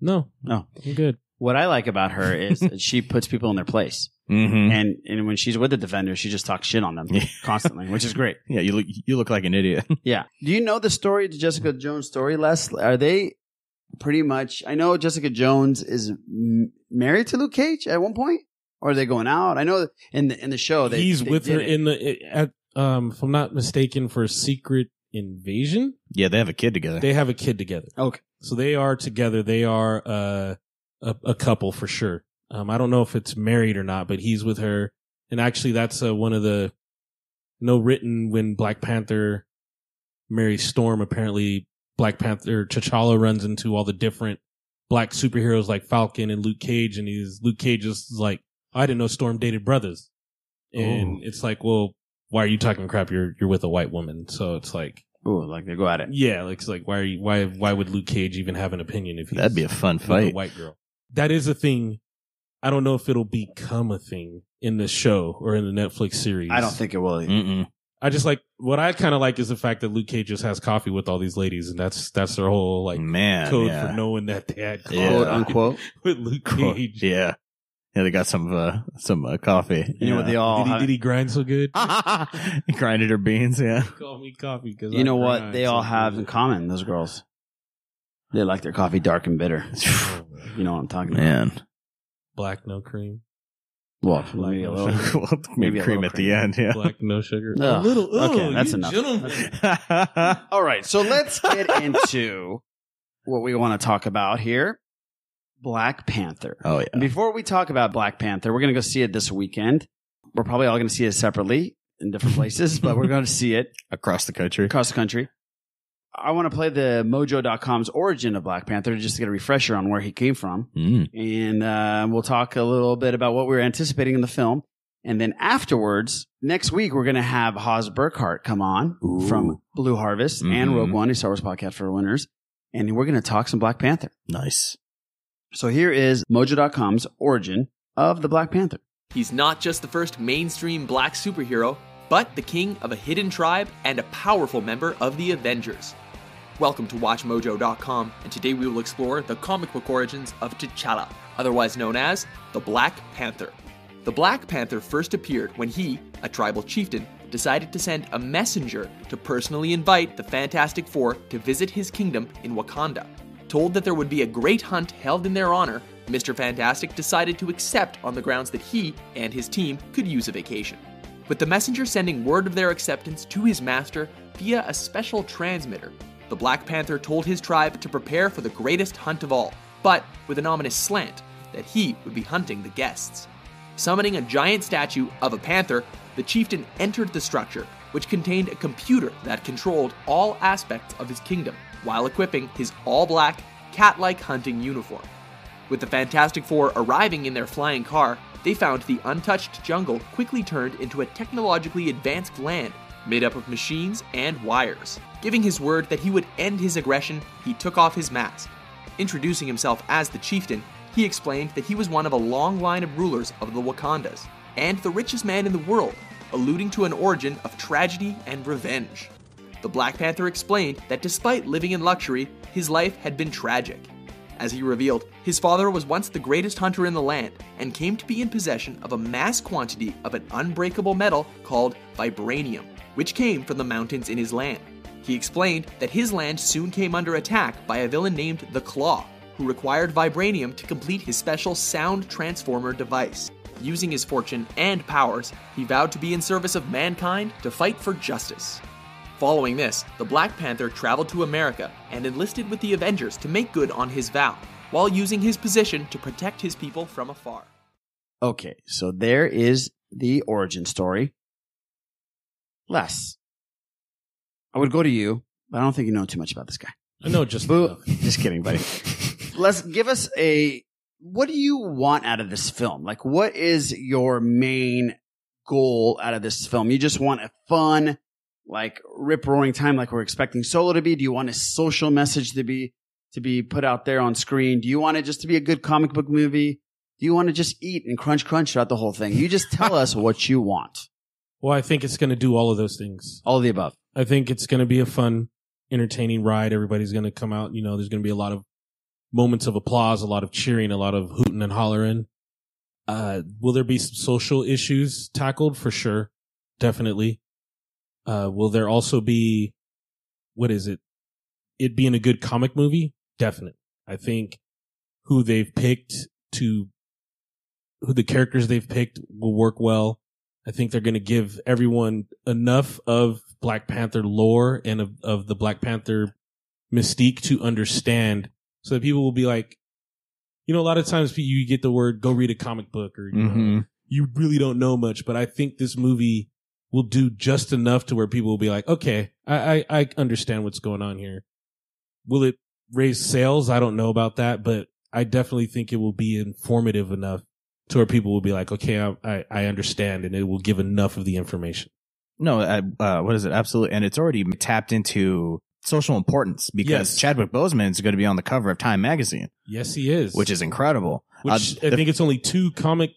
No,
No.
I'm good.
What I like about her is that she puts people in their place.
Mhm.
And and when she's with the defender, she just talks shit on them constantly, which is great.
Yeah, you look you look like an idiot.
Yeah. Do you know the story, the Jessica Jones story, Les? Are they pretty much? I know Jessica Jones is m- married to Luke Cage at one point, or are they going out? I know in the in the show they,
He's
they
with
did
her
it.
in the at, um, if I'm not mistaken, for Secret Invasion.
Yeah, they have a kid together.
They have a kid together.
Okay.
So they are together. They are uh, a a couple for sure. Um, I don't know if it's married or not, but he's with her. And actually, that's uh, one of the no written when Black Panther marries Storm. Apparently, Black Panther T'Challa runs into all the different black superheroes like Falcon and Luke Cage, and he's Luke Cage is like, I didn't know Storm dated brothers, and
Ooh.
it's like, well, why are you talking crap? You're you're with a white woman, so it's like.
Ooh, like they go at it.
Yeah, like it's like why are you, why why would Luke Cage even have an opinion if he's
That'd be a fun
with
fight.
A white girl. That is a thing. I don't know if it'll become a thing in the show or in the Netflix series.
I don't think it will.
Mm,
Either.
I just like what I kind of like is the fact that Luke Cage just has coffee with all these ladies, and that's that's their whole like
Man,
code
yeah.
for knowing that they had coffee.
Yeah. Quote,
unquote.
with Luke
Quote,
Cage.
Yeah. Yeah, they got some uh some uh, coffee.
You know what they all
Did he,
have-
did he grind so good?
grinded her beans, yeah.
Call me coffee because
You know what they all have in common? Those girls. They like their coffee dark and bitter. you know what I'm talking about?
Man.
black no cream.
Well, maybe a
no
little,
sugar. Well,
maybe
a
cream
little
at the end, yeah.
Black no sugar.
Ugh.
A little. Oh,
Okay, that's
you
enough.
Gentlemen.
All right, so let's get into what we want to talk about here. Black Panther.
Oh yeah.
Before we talk about Black Panther, we're going to go see it this weekend. We're probably all going to see it separately in different places, but we're going to see it
across the country.
Across the country. I want to play the Mojo.com's origin of Black Panther just to get a refresher on where he came from.
Mm.
And uh, we'll talk a little bit about what we were anticipating in the film. And then afterwards, next week, we're going to have Haas Burkhart come on from Blue Harvest and
Mhm.
Rogue One, a Star Wars podcast for winners. And we're going to talk some Black Panther.
Nice.
So here is Mojo.com's origin of the Black Panther.
He's not just the first mainstream black superhero, but the king of a hidden tribe and a powerful member of the Avengers. Welcome to WatchMojo.com, and today we will explore the comic book origins of T'Challa, otherwise known as the Black Panther. The Black Panther first appeared when he, a tribal chieftain, decided to send a messenger to personally invite the Fantastic Four to visit his kingdom in Wakanda. Told that there would be a great hunt held in their honor, Mr. Fantastic decided to accept on the grounds that he and his team could use a vacation. With the messenger sending word of their acceptance to his master via a special transmitter, the Black Panther told his tribe to prepare for the greatest hunt of all, but with an ominous slant that he would be hunting the guests. Summoning a giant statue of a panther, the chieftain entered the structure, which contained a computer that controlled all aspects of his kingdom while equipping his all black, cat like hunting uniform. With the Fantastic Four arriving in their flying car, they found the untouched jungle quickly turned into a technologically advanced land made up of machines and wires. Giving his word that he would end his aggression, he took off his mask. Introducing himself as the chieftain, he explained that he was one of a long line of rulers of the Wakandas and the richest man in the world, alluding to an origin of tragedy and revenge. The Black Panther explained that despite living in luxury, his life had been tragic. As he revealed, his father was once the greatest hunter in the land and came to be in possession of a mass quantity of an unbreakable metal called vibranium, which came from the mountains in his land. He explained that his land soon came under attack by a villain named the Claw, who required vibranium to complete his special sound transformer device. Using his fortune and powers, he vowed to be in service of mankind to fight for justice. Following this, the Black Panther traveled to America and enlisted with the Avengers to make good on his vow, while using his position to protect his people from afar.
Okay, so there is the origin story. Les, I would go to you, but I don't think you know too much about this guy.
I know just
Boo, just kidding, buddy. Les, give us a what do you want out of this film? Like, what is your main goal out of this film? You just want a fun, like rip roaring time, like we're expecting Solo to be. Do you want a social message to be to be put out there on screen? Do you want it just to be a good comic book movie? Do you want to just eat and crunch crunch throughout the whole thing? You just tell us what you want.
Well, I think it's going to do all of those things.
All of the above.
I think it's going to be a fun, entertaining ride. Everybody's going to come out. You know, there's going to be a lot of moments of applause, a lot of cheering, a lot of hooting and hollering. Uh, will there be some social issues tackled? For sure. Definitely. Uh, will there also be, what is it? It being a good comic movie? Definitely. I think who they've picked to, who the characters they've picked will work well. I think they're going to give everyone enough of Black Panther lore and of, of the Black Panther mystique to understand so that people will be like, you know, a lot of times you get the word, go read a comic book or, you,
Mm-hmm.
know,
Mhm.
you really don't know much, but I think this movie will do just enough to where people will be like, okay, I, I, I understand what's going on here. Will it raise sales? I don't know about that, but I definitely think it will be informative enough to where people will be like, okay, I, I, I understand. And it will give enough of the information.
No, uh, uh, what is it? Absolutely, and it's already tapped into social importance because
Yes.
Chadwick Boseman is going to be on the cover of Time magazine,
Yes, he is.
which is incredible. Uh,
Which I think it's only two comic.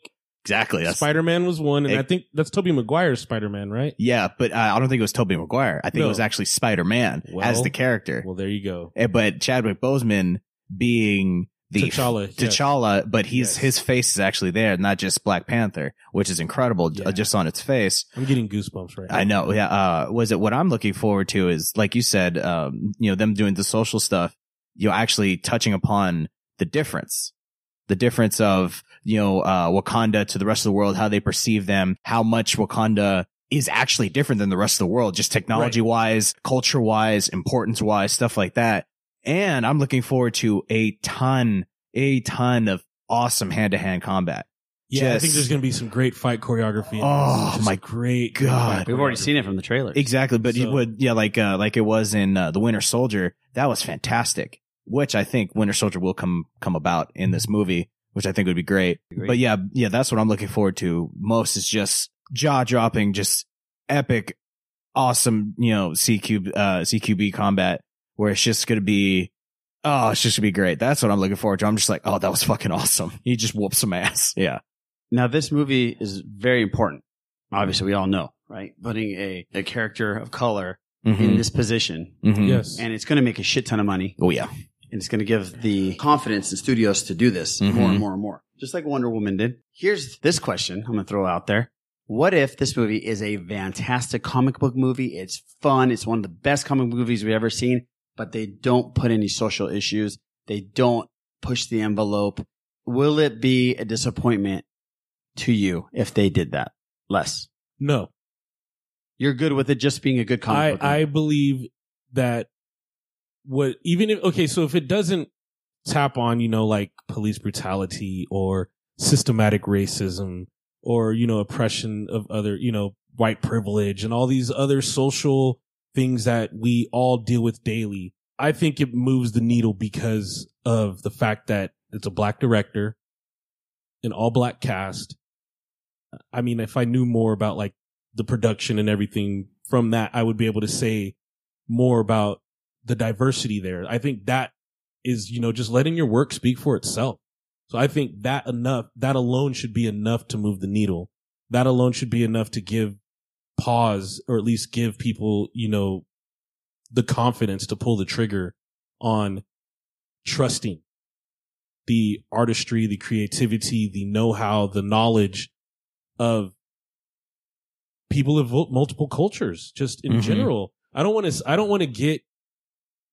Exactly. that's-
Spider Man was one, and
It-
I think that's Tobey Maguire's Spider Man, right?
Yeah, but uh, I don't think it was Tobey Maguire. I think
No.
it was actually Spider Man as
Well,
the character.
Well, there you go.
Eh, But Chadwick Boseman being the
T'Challa, yes.
T'Challa, but he's his face is actually there, not just Black Panther, which is incredible uh, just on its face.
I'm getting goosebumps right now.
I know. Yeah. Uh, was it what I'm looking forward to is like you said, um, you know, them doing the social stuff, you know, actually touching upon the difference, the difference of, you know, uh, Wakanda to the rest of the world, how they perceive them, how much Wakanda is actually different than the rest of the world, just technology wise, culture wise, importance wise, stuff like that. And I'm looking forward to a ton, a ton of awesome hand to hand combat.
Yeah, I think
Just-
there's going to be some great fight choreography.
Oh,
Just
my
great
God.
We've already seen it from the trailer.
Exactly, but you
So-
would yeah, like uh, like it was in uh, the Winter Soldier. That was fantastic, which I think Winter Soldier will come come about in this movie, which I think would be great. But yeah, yeah, that's what I'm looking forward to most is just jaw dropping, just epic, awesome, you know, CQ uh, CQB combat where it's just gonna be. Oh, it's just gonna be great. That's what I'm looking forward to. I'm just like, oh, that was fucking awesome. He just whooped some ass. Yeah.
Now, this movie is very important. Obviously, we all know, right? Putting a, a character of color in
Mhm.
this position.
Mhm. Yes.
And it's going to make a shit ton of money.
Oh, yeah.
And it's going to give the Mm-hmm. confidence in studios to do this more
Mhm.
and more and more, just like Wonder Woman did. Here's this question I'm going to throw out there What if this movie is a fantastic comic book movie? It's fun. It's one of the best comic movies we've ever seen, but they don't put any social issues. They don't push the envelope. Will it be a disappointment to you if they did that? Less.
No.
You're good with it just being a good comic
I,
book. movie.
I believe that what even if okay, so if it doesn't tap on, you know, like police brutality or systematic racism or, you know, oppression of other, you know, white privilege and all these other social things that we all deal with daily, I think it moves the needle because of the fact that it's a black director, an all black cast. I mean, if I knew more about like the production and everything from that, I would be able to say more about the diversity there. I think that is, you know, just letting your work speak for itself. So I think that enough, that alone should be enough to move the needle. That alone should be enough to give pause or at least give people, you know, the confidence to pull the trigger on trusting the artistry, the creativity, the know-how, the knowledge of people of mul- multiple cultures just in
Mm-hmm.
Mhm.
general. I don't want to I don't want to get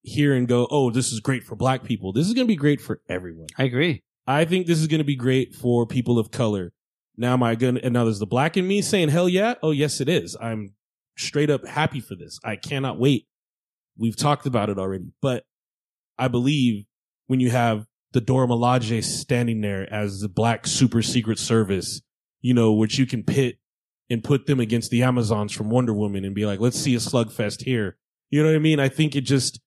here and go, "Oh, this is great for black people." This is going to be great for everyone.
I agree.
I think this is going to be great for people of color. Now am I going to, and now there's the black in me saying, hell yeah. Oh, yes, it is. I'm straight up happy for this. I cannot wait. We've talked about it already, but I believe when you have the Dora Milaje standing there as the black super secret service, you know, which you can pit and put them against the Amazons from Wonder Woman and be like, let's see a slugfest here. You know what I mean? I think it just,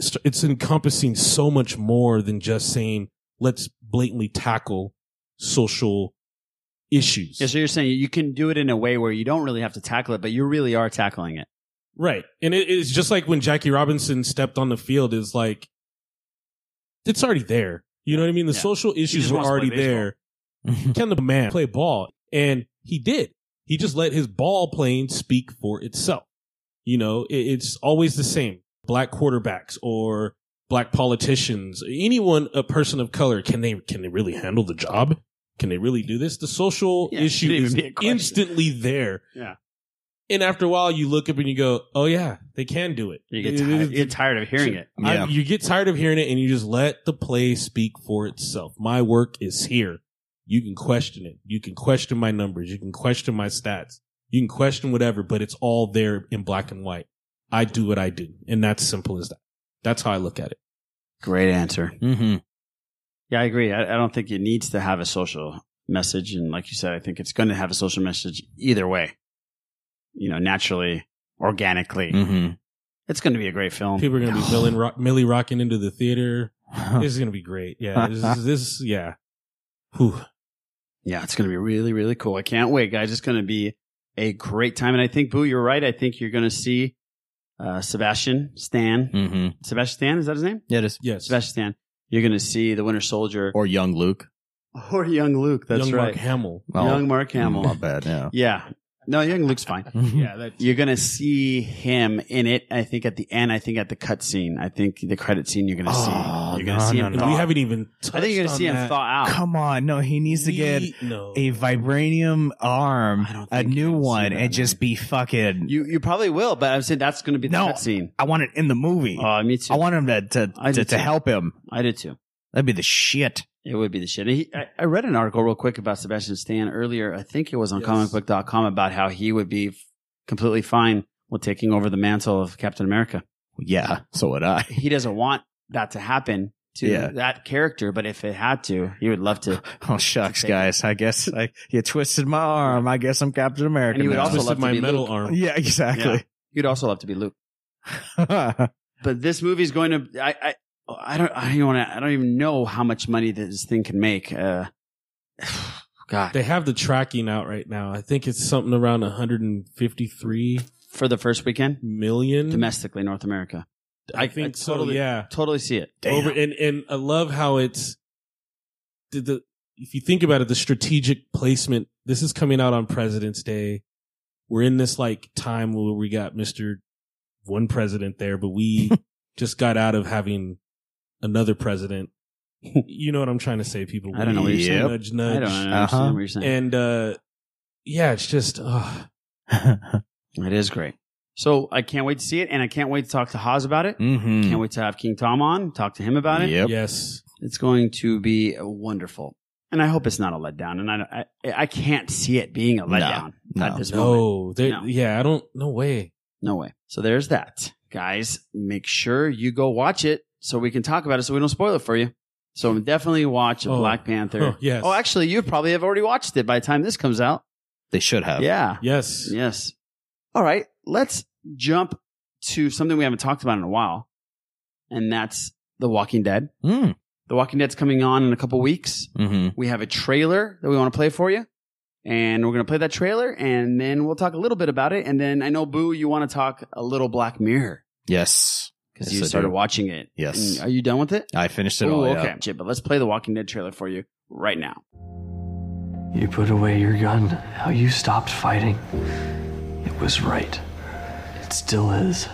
it's- it's encompassing so much more than just saying let's blatantly tackle social issues.
Yeah, so you're saying you can do it in a way where you don't really have to tackle it, but you really are tackling it.
Right. And it, it's just like when Jackie Robinson stepped on the field, is like, it's already there. You know what I mean? The social issues
just
were
wants to play
already there. Can the man play ball? And he did. He just let his ball playing speak for itself. You know, it, it's always the same. Black quarterbacks or black politicians, anyone, a person of color, can they can they really handle the job? Can they really do this? The social issue
shouldn't even
is
be a question.
instantly there.
Yeah.
And after a while, you look up and you go, "Oh yeah, they can do it."
You get,
It- it-
tired,
it-
you get tired of hearing it.
I- you get tired of hearing it, and you just let the play speak for itself. My work is here. You can question it. You can question my numbers. You can question my stats. You can question whatever, but it's all there in black and white. I do what I do, and that's simple as that. That's how I look at it.
Great answer. Mm-hmm. Yeah, I agree. I, I don't think it needs to have a social message. And like you said, I think it's going to have a social message either way, you know, naturally, organically.
Mhm.
It's going to be a great film.
People are going to be milling, rock, millie rocking into the theater. This is going to be great. Yeah, this, is- this yeah.
Yeah, it's going to be really, really cool. I can't wait, guys. It's going to be a great time. And I think, Boo, you're right. I think you're going to see uh, Sebastian Stan.
Mhm.
Sebastian Stan, is that his name?
Yeah, it is.
Yes.
Sebastian Stan. You're going to see the Winter Soldier.
Or young Luke.
Or young Luke. That's
Young
right.
Mark Hamill. Oh,
young Mark Hamill.
not bad, yeah.
yeah. No, young Luke's fine. yeah. You're going to see him in it, I think, at the end. I think at the cut scene. I think the credit scene you're going to see. You're going to
no,
see
no,
him.
no.
thaw.
We
haven't even
I think you're going to see him thaw out.
Come on, no, he needs to get a vibranium arm, a new one, and just be fucking.
You you probably will, but I'm saying that's going to be the
no,
cutscene.
I want it in the movie.
Oh, me too.
I want him to to
I
to,
did
to
too.
help him.
I did too.
That'd be the shit.
It would be the shit. He, I, I read an article real quick about Sebastian Stan earlier. I think it was on comicbook.com about how he would be f- completely fine with taking over the mantle of Captain America.
Yeah, so would I.
He doesn't want that to happen to
Yeah.
that character, but if it had to, he would love to.
Oh shucks, guys! I guess I, you twisted my arm. I guess I'm Captain America.
And he would
now.
also love to be Luke.
Yeah, exactly.
You'd also love to be Luke. but this movie's going to. I I, I don't. I don't want to. I don't even know how much money this thing can make. Uh, God.
They have the tracking out right now. I think it's something around 153
for the first weekend
million
domestically North America.
I think so,
Mm. totally,
yeah.
totally see it.
Over and and I love how it's the, the if you think about it, the strategic placement. This is coming out on President's Day. We're in this like time where we got Mister One President there, but we just got out of having another president. You know what I'm trying to say, people.
I don't know what you're saying. Uh-huh.
Nudge,
I
nudge.
don't understand what you're saying.
And uh, yeah, it's just uh,
It is great. So I can't wait to see it, and I can't wait to talk to Haas about it.
Mhm.
Can't wait to have King Tom on, talk to him about it.
Yep.
Yes,
it's going to be wonderful, and I hope it's not a letdown. And I, I, I can't see it being a letdown at this
no,
moment.
there, yeah, I don't. No way.
No way. So there's that, guys. Make sure you go watch it so we can talk about it, so we don't spoil it for you. So definitely watch
Oh.
Black Panther.
Oh, yes.
Oh, actually, you probably have already watched it by the time this comes out.
They should have.
Yeah.
Yes.
Yes. All right. Let's jump to something we haven't talked about in a while, and that's The Walking Dead. The Walking Dead's coming on in a couple weeks.
Mm-hmm.
We have a trailer that we want to play for you, and we're going to play that trailer, and then we'll talk a little bit about it. And then I know, Boo, you want to talk a little Black Mirror
Yes.
because
Yes, I
you
do.
started watching it.
Yes.
And are you done with it?
I finished it
Ooh,
all. yeah.
okay, Shit, but let's play the Walking Dead trailer for you right now.
You put away your gun. How you stopped fighting. It was right. It still is.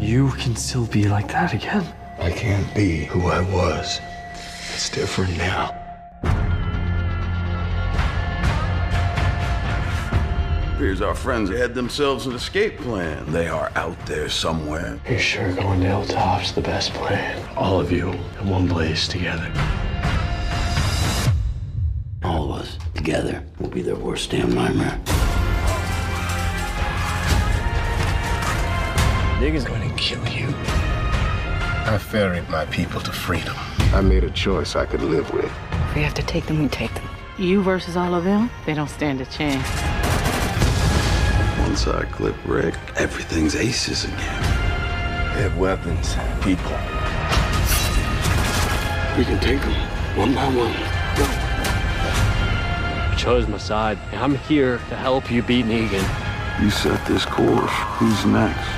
You can still be like that again.
I can't be who I was. It's different now.
Appears our friends had themselves an escape plan. They are out there somewhere.
You're sure going to Hilltop's the best plan.
All of you in one place together.
All of us together will be their worst damn nightmare.
Nigga's gonna kill you.
I ferried my people to freedom. I made a choice I could live with.
If we have to take them, we take them. You versus all of them, they don't stand a chance.
Once I clip Rick, everything's aces again. They have weapons, people.
We can take them one by one. You chose my side, and I'm here to help you beat Negan.
You set this course. Who's next?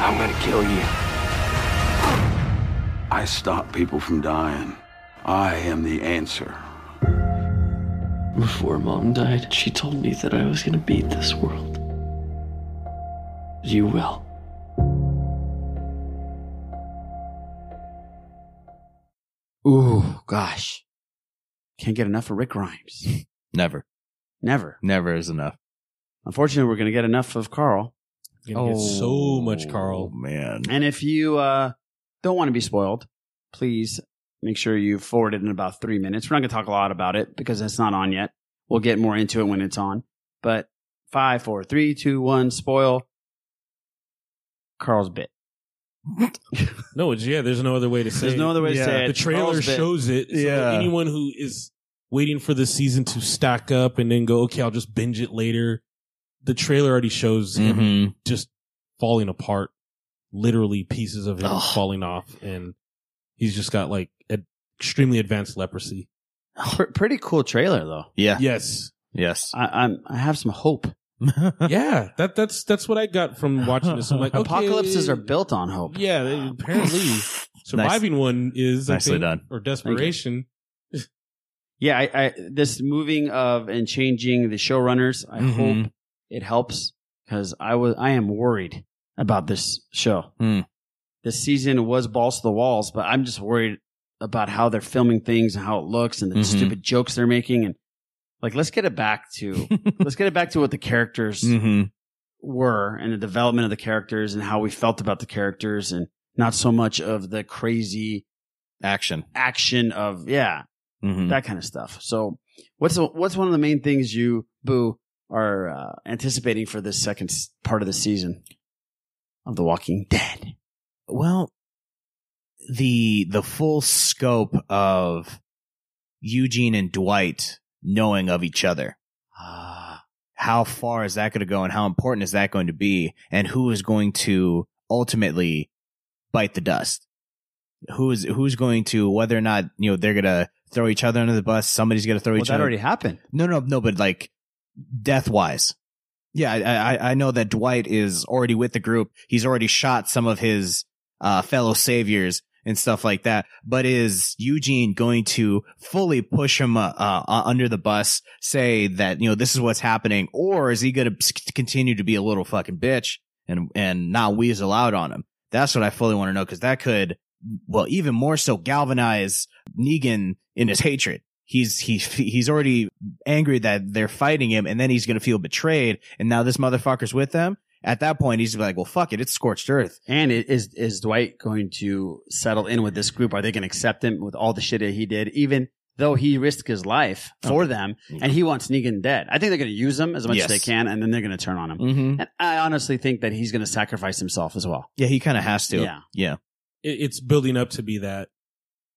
I'm gonna kill you.
I stop people from dying. I am the answer.
Before mom died, she told me that I was gonna beat this world. You will.
Ooh, gosh. Can't get enough of Rick Grimes.
Never.
Never.
Never is enough.
Unfortunately, we're going to get enough of Carl.
Gonna get so much Carl.
Oh, man.
And if you uh, don't want to be spoiled, please make sure you forward it in about three minutes. We're not going to talk a lot about it because it's not on yet. We'll get more into it when it's on. But five, four, three, two, one, spoil Carl's bit.
No, it's, yeah. There's no other way to say.
There's
it.
no other way to say it.
The trailer
Carl's bit.
shows it. So
Yeah.
yeah. Anyone who is waiting for the season to stack up and then go, okay, I'll just binge it later. The trailer already shows
Mm-hmm.
Mm-hmm.
him just falling apart, literally pieces of him falling off, and he's just got like ad- extremely advanced leprosy.
Pretty cool trailer though.
Yeah.
Yes.
Yes.
I, I'm. I have some hope.
yeah. That that's that's what I got from watching this. I'm like, okay.
Apocalypses are built on hope.
Yeah, they, apparently surviving one is I
Nicely
think,
done.
or
Thank you.
desperation.
Yeah, I, I this moving of and changing the showrunners. I
Mhm.
hope it helps because I was I am worried about this show. This season was balls to the walls, but I'm just worried about how they're filming things and how it looks and the
Mhm.
stupid jokes they're making and like let's get it back to
Mm-hmm.
let's get it back to what the characters
Mhm.
were and the development of the characters and how we felt about the characters and not so much of the crazy
action
action of yeah
Mm-hmm.
Mhm.
that kind of stuff. So what's what's one of the main things you boo are uh, anticipating for this second s- part of the season of The Walking Dead?
well the the full scope of Eugene and Dwight knowing of each other.
Ah.
How far is that going to go and how important is that going to be and who is going to ultimately bite the dust? Who is who's going to whether or not, you know, they're going to throw each other under the bus, somebody's going to throw
Well,
each
that
other
already happened.
No, no, no, but like death wise. Yeah, I, I, I know that Dwight is already with the group. He's already shot some of his uh, fellow saviors and stuff like that. But is Eugene going to fully push him uh, uh, under the bus, say that you know this is what's happening, or is he going to continue to be a little fucking bitch and and not weasel out on him? That's what I fully want to know because that could, well, even more so galvanize Negan in his hatred he's he he's already angry that they're fighting him, and then he's gonna feel betrayed, and now this motherfucker's with them. At that point, he's like, "Well, fuck it, it's scorched earth."
And it, is is Dwight going to settle in with this group? Are they going to accept him with all the shit that he did, even though he risked his life for them? And he wants Negan dead. I think they're going to use him as much
Yes.
as they can, and then they're going to turn on him.
Mhm.
And I honestly think that he's going to sacrifice himself as well.
Yeah, he kind of has to.
Yeah.
yeah.
it, it's building up to be that.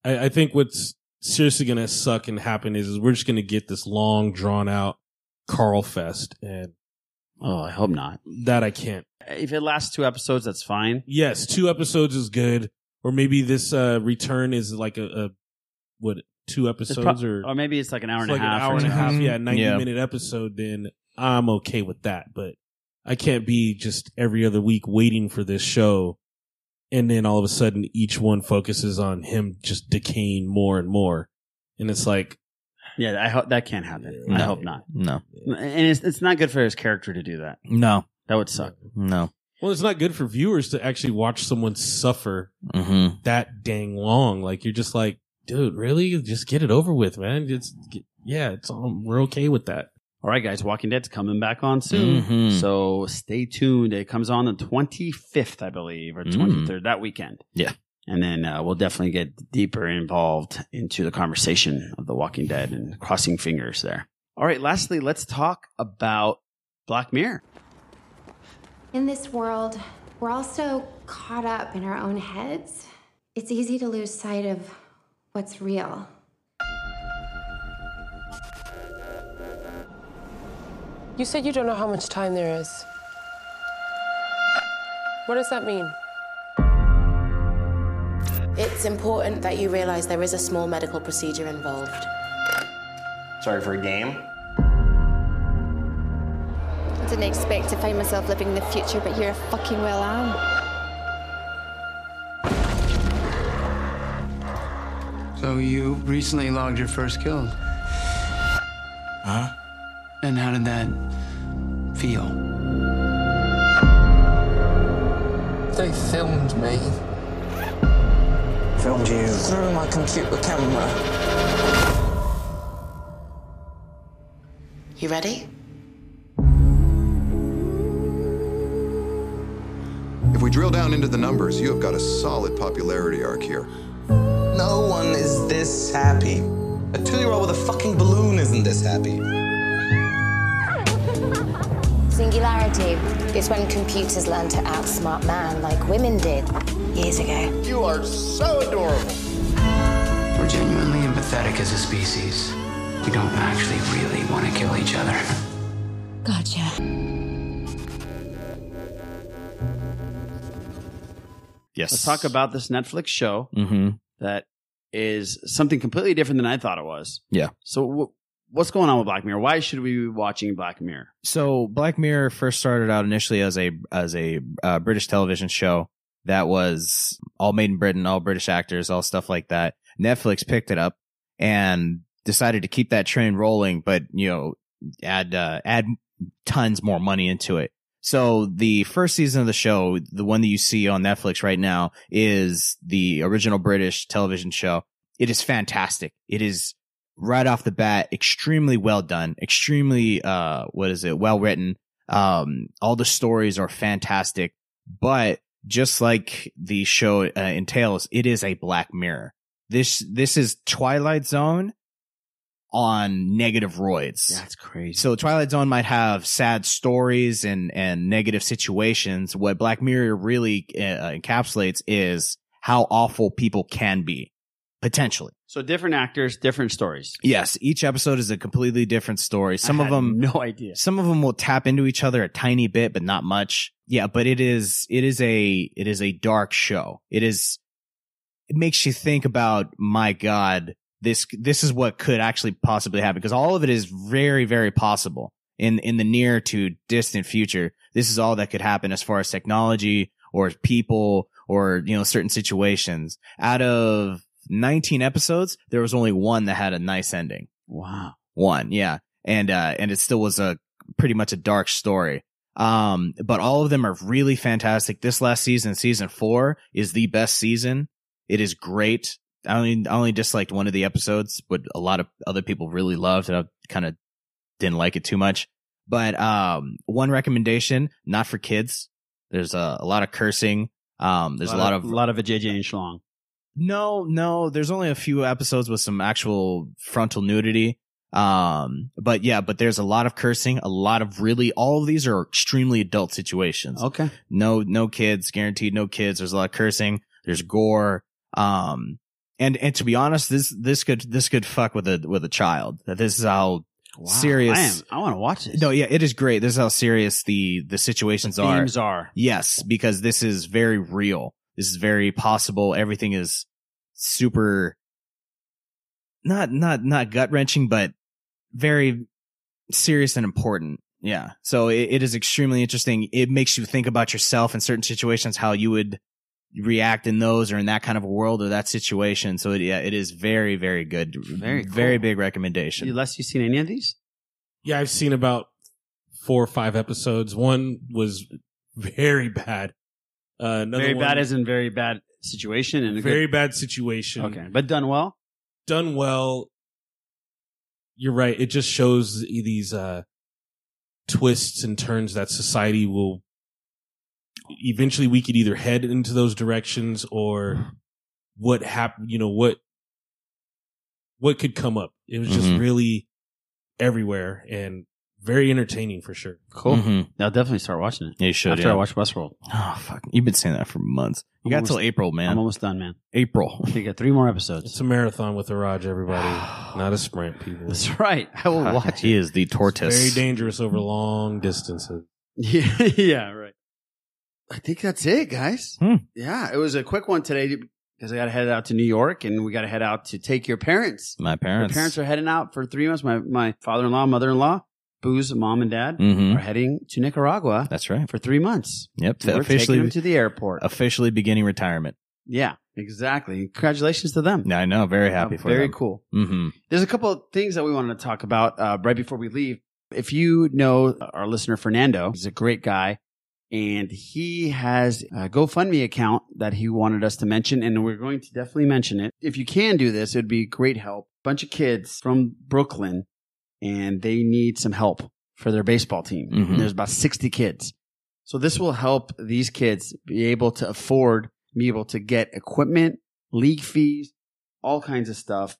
I, I think what's seriously going to suck and happen is, is we're just going to get this long, drawn out Carl fest, and
oh, I hope not.
That I can't.
If it lasts two episodes, that's fine.
Yes, two episodes is good, or maybe this uh return is like a, a what two
It's
episodes
pro-
or
or maybe it's like an hour and
it's
a
like
half.
an hour
or
and a half,
something.
yeah, ninety minute episode. Then I'm okay with that, but I can't be just every other week waiting for this show, and then all of a sudden each one focuses on him just decaying more and more, and it's like
Yeah, I hope that can't happen. I
No.
hope not.
No.
And it's it's not good for his character to do that.
No.
That would suck.
No.
Well, it's not good for viewers to actually watch someone suffer
Mm-hmm.
that dang long. Like you're just like, dude, really? Just get it over with, man. Just get, yeah, it's all, we're okay with that.
All right, guys, Walking Dead's coming back on soon.
Mhm.
So stay tuned. It comes on the 25th, I believe, or
Mm.
23rd, that weekend.
Yeah.
And then uh, we'll definitely get deeper involved into the conversation of The Walking Dead and crossing fingers there. All right, lastly, let's talk about Black Mirror.
In this world, we're all so caught up in our own heads. It's easy to lose sight of what's real.
You said you don't know how much time there is. What does that mean?
It's important that you realize there is a small medical procedure involved.
Sorry for a game.
I didn't expect to find myself living in the future, but here I fucking well am.
So you recently logged your first kill.
Huh?
And how did that feel?
They filmed me. Filmed you? Through my computer camera.
You ready?
If we drill down into the numbers, you have got a solid popularity arc here.
No one is this happy. A two year old with a fucking balloon isn't this happy.
Singularity is when computers learn to outsmart man like women did years ago.
You are so adorable.
We're genuinely empathetic as a species. We don't actually really want to kill each other.
Gotcha.
Yes.
Let's talk about this Netflix show
Mhm.
that is something completely different than I thought it was.
Yeah.
So, w- what's going on with Black Mirror? Why should we be watching Black Mirror?
So Black Mirror first started out initially as a as a uh, British television show that was all made in Britain, all British actors, all stuff like that. Netflix picked it up and decided to keep that train rolling, but you know, add uh, add tons more money into it. So the first season of the show, the one that you see on Netflix right now, is the original British television show. It is fantastic. It is right off the bat extremely well done extremely uh what is it well written um all the stories are fantastic but just like the show uh, entails it is a black mirror this this is twilight zone on negative roids that's
crazy
so twilight zone might have sad stories and and negative situations what black mirror really uh, encapsulates is how awful people can be potentially
So, different actors, different stories.
Yes, each episode is a completely different story. Some of
had
them
no idea.
Some of them will tap into each other a tiny bit, but not much. Yeah, but it is it is a it is a dark show. It is it makes you think about my god, this this is what could actually possibly happen because all of it is very very possible in in the near to distant future. This is all that could happen as far as technology or people or you know certain situations. Out of 19 episodes, there was only one that had a nice ending.
Wow.
One, yeah. And uh and it still was a pretty much a dark story. Um but all of them are really fantastic. This last season, season 4 is the best season. It is great. I only I only disliked one of the episodes, but a lot of other people really loved, and I kind of didn't like it too much. But um, one recommendation, not for kids. There's a, a lot of cursing. Um, there's a lot, of
a lot of a JJ and Schlong.
no, no. There's only a few episodes with some actual frontal nudity. Um, but yeah, but there's a lot of cursing, a lot of really. All of these are extremely adult situations.
Okay.
No, no kids, guaranteed. No kids. There's a lot of cursing. There's gore. Um, and and to be honest, this this could this could fuck with a with a child. That this is how serious.
I am. I want to watch this.
No, yeah, it is great. This is how serious the the situations are.
Themes are.
Yes, because this is very real. This is very possible. Everything is super not not not gut wrenching, but very serious and important. Yeah. So it, it is extremely interesting. It makes you think about yourself in certain situations, how you would react in those or in that kind of a world or that situation. So it, yeah, it is very very good.
Very cool.
very big recommendation.
Unless you've seen any of these,
Yeah, I've seen about four or five episodes. One was very bad. Uh, another
very
one-
bad isn't very bad situation and a
very
good,
bad situation.
Okay, but done well.
Done well. You're right. It just shows these uh, twists and turns that society will. Eventually, we could either head into those directions or what happened. You know what what could come up. It was just
Mhm.
really everywhere and very entertaining for sure.
Cool. I'll definitely start watching it.
You Mm-hmm. should,
after
yeah.
I watch Westworld.
Oh fuck! You've been saying that for months. You got
Almost-
till April, man.
I'm almost done, man.
April.
You got three more episodes.
It's a marathon with Raj, everybody, not a sprint, people.
Mm.
That's right. I will watch
He
it.
is the
Very
tortoise.
dangerous over long distances.
Yeah, yeah, right. I think that's it, guys.
Hmm.
Yeah, it was a quick one today because I got to head out to New York and we got to head out to take your parents.
My parents.
Your parents are heading out for three months. My my father in law, mother in law, Boo's mom and dad
Mhm.
are heading to Nicaragua.
That's right.
For three months.
Yep.
We're taking them to the airport.
Officially beginning retirement.
Yeah, exactly. Congratulations to them. Oh,
Yeah, I know. Very happy for
very
them.
cool.
Mm-hmm.
There's a couple of things that we wanted to talk about uh, right before we leave. If you know our listener Fernando, he's a great guy, and he has a GoFundMe account that he wanted us to mention, and we're going to definitely mention it. If you can do this, it'd be great help. Bunch of kids from Brooklyn, and they need some help for their baseball team.
Mhm.
There's about 60 kids. So this will help these kids be able to afford, be able to get equipment, league fees, all kinds of stuff.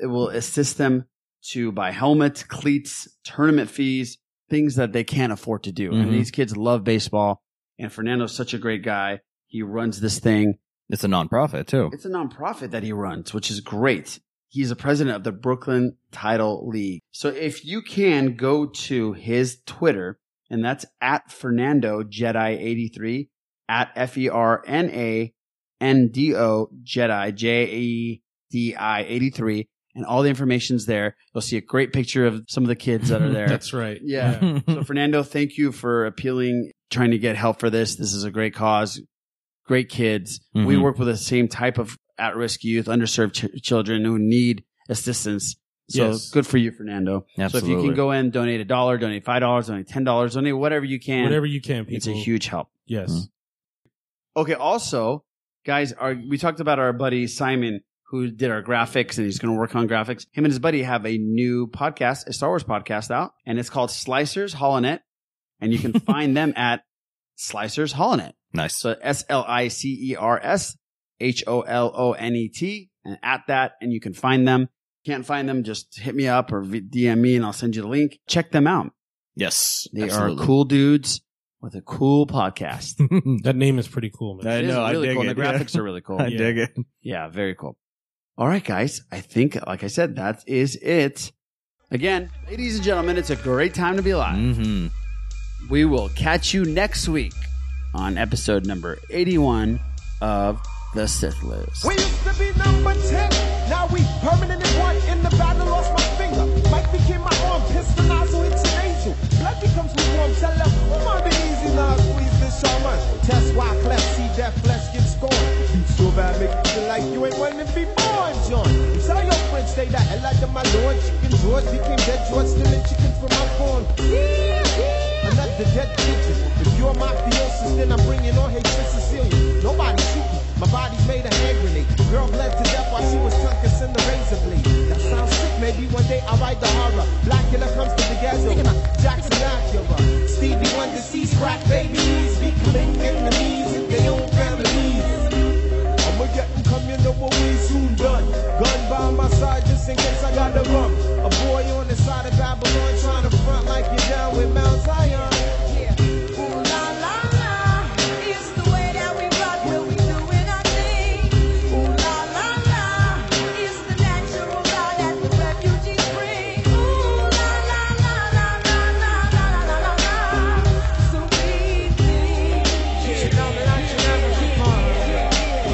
It will assist them to buy helmets, cleats, tournament fees, things that they can't afford to do.
Mhm.
And these kids love baseball. And Fernando's such a great guy. He runs this thing.
It's a nonprofit too.
It's a nonprofit that he runs, which is great. He's a president of the Brooklyn Title League. So if you can go to his Twitter, and that's at Fernando Jedi 83, at F E R N A N D O Jedi J E D I 83, and all the information's there. You'll see a great picture of some of the kids that are there.
That's right.
Yeah. so Fernando, thank you for appealing, trying to get help for this. This is a great cause, great kids. We
Mm-hmm.
Mhm.
work with the same type of at-risk youth, underserved ch- children who need assistance. So
Yes.
good for you, Fernando. So if you
Absolutely.
can go in, donate a dollar, donate five dollars, donate ten dollars, donate whatever you can.
Whatever you can, people.
It's a huge help.
Yes.
Okay. Also, guys, our, we talked about our buddy Simon who did our graphics and he's going to work on graphics. Him and his buddy have a new podcast, a Star Wars podcast out, and it's called Slicers Holonet. And you can find them at Slicers Holonet.
Nice.
So S L I C E R S H O L O N E T. And at that, and you can find them. Can't find them, just hit me up or v- DM me and I'll send you the link. Check them out.
Yes.
They
absolutely.
are cool dudes with a cool podcast.
that name is pretty cool, man.
I
It is
know. I
really
dig
cool. and
it,
the
yeah.
graphics are really cool.
I
Yeah.
dig it.
Yeah, very cool. All right, guys. I think, like I said, that is it. Again, ladies and gentlemen, it's a great time to be alive.
Mm-hmm.
We will catch you next week on episode number 81 of The Sith List.
We used to be number 10. Now we permanent and white in the battle. Lost my finger. Mike became my arm. Pistol nozzle hits an angel. Blood becomes lukewarm. Tell them, come on, be easy now. Squeeze this so much. Test why cleft see that flesh get scorned. Be so bad, make you feel like you ain't wanting to be born, John. Tell your friends, stay the hell out of my lord. Chicken George became dead George, stealing chickens from my corn. Yeah, yeah. Another dead pigeon. If you're my theosis, then I'm bringing on hatred Sicilian. Nobody shoot me. My body's made a hand grenade. Girl bled to death while she was tunkus in the razor blade. That sounds sick, maybe one day I'll write the horror. Blackula comes to the ghetto. Jackson Acura. Stevie Wonder sees crack babies. Becoming enemies in their own families. I'ma get them coming over we soon done. Gun by my side just in case I gotta run. A boy on the side of Babylon trying to front like you're down with Mount Zion.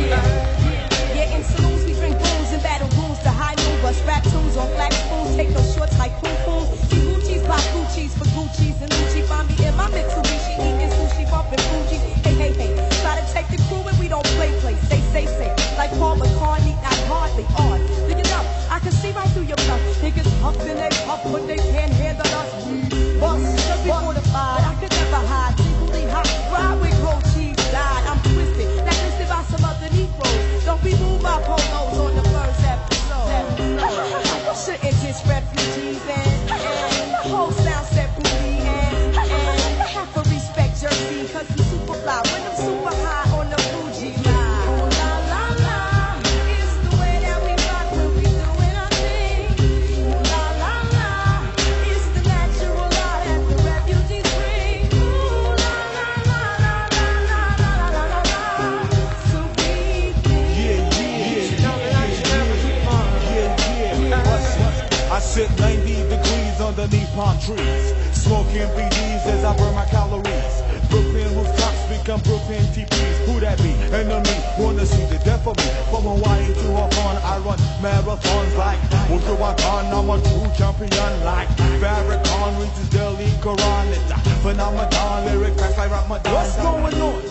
Yeah, in saloons we drink booze and battle rules to high move us. Rap tunes on flat spoons, take those shorts like poo poo. You Gucci's buy Gucci's for Gucci's and Gucci. Find me in my Mitsubishi eating sushi, bumping Fuji. Hey hey hey, try to take the crew and we don't play play. Stay say say, like Paul McCartney, not hardly odd. Look it up, I can see right through your bluff. Niggas huffed and they puff, but they can't handle us. We bust, should be mortified. I could never hide, singly hop, ride with cold cheese, died. I'm twisted, now twisted by some other Negroes. Don't be moved by polos on the first episode. I shouldn't diss refugees and, and the whole sound set booty and, and I have to respect Jersey cause we super fly when I'm super high on the Fuji line. Ooh la la la is the way that we rock when we doing our thing. Ooh la la la is the natural law that the refugees bring. Ooh la la la la la la la la la la la. So we
I sit 90 degrees underneath palm trees, smoking BDs as I burn my calories. Brooklyn rooftops become Brooklyn TPs. Who that be? Enemy wanna see the death of me. From Hawaii to Hawthorne, I run marathons like Wujuwakan. I'm a true champion like Farrakhan reaches Delhi Quran. It's a phenomenon, lyric cracks like Ramadan. What's going on?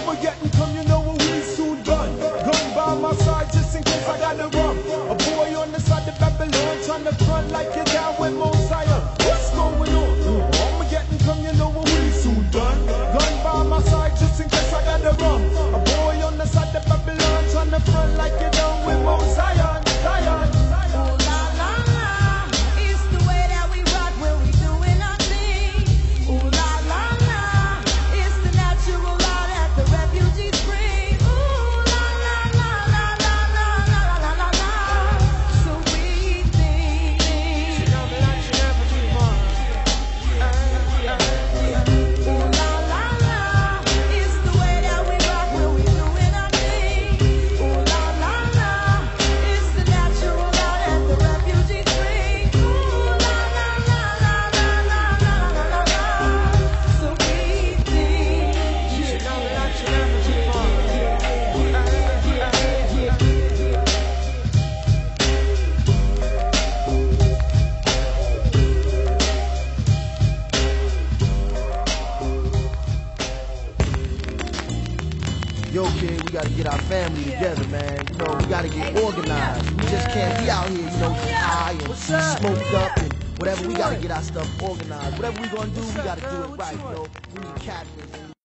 I'ma get and come, you know what we soon done. Gun by my side just in case I gotta run. A boy on the side of Babylon trying to front like you're down with Mosiah. What's going on? I'ma get and come, you know what we soon done. Gun by my side just in case I gotta run. A boy on the side of Babylon trying to front like you're down with Mosiah. Zion.
Ooh la la la is the way that we rock when we doing our thing. Ooh la la la is the natural law that the refugees bring. Ooh la la la la la la la la la la. So we think. Ooh la la la is the way that we rock when we doing our thing. Ooh la la la is the natural law that the refugees bring. Ooh la la la la la la la la la la. So we think.
Yo, kid, we gotta get our family together, man. You know, we gotta get organized. We just can't be out here, you know, just high and smoked up and whatever. We gotta get our stuff organized. Whatever we gonna do, we gotta do it right, you know. We need captains.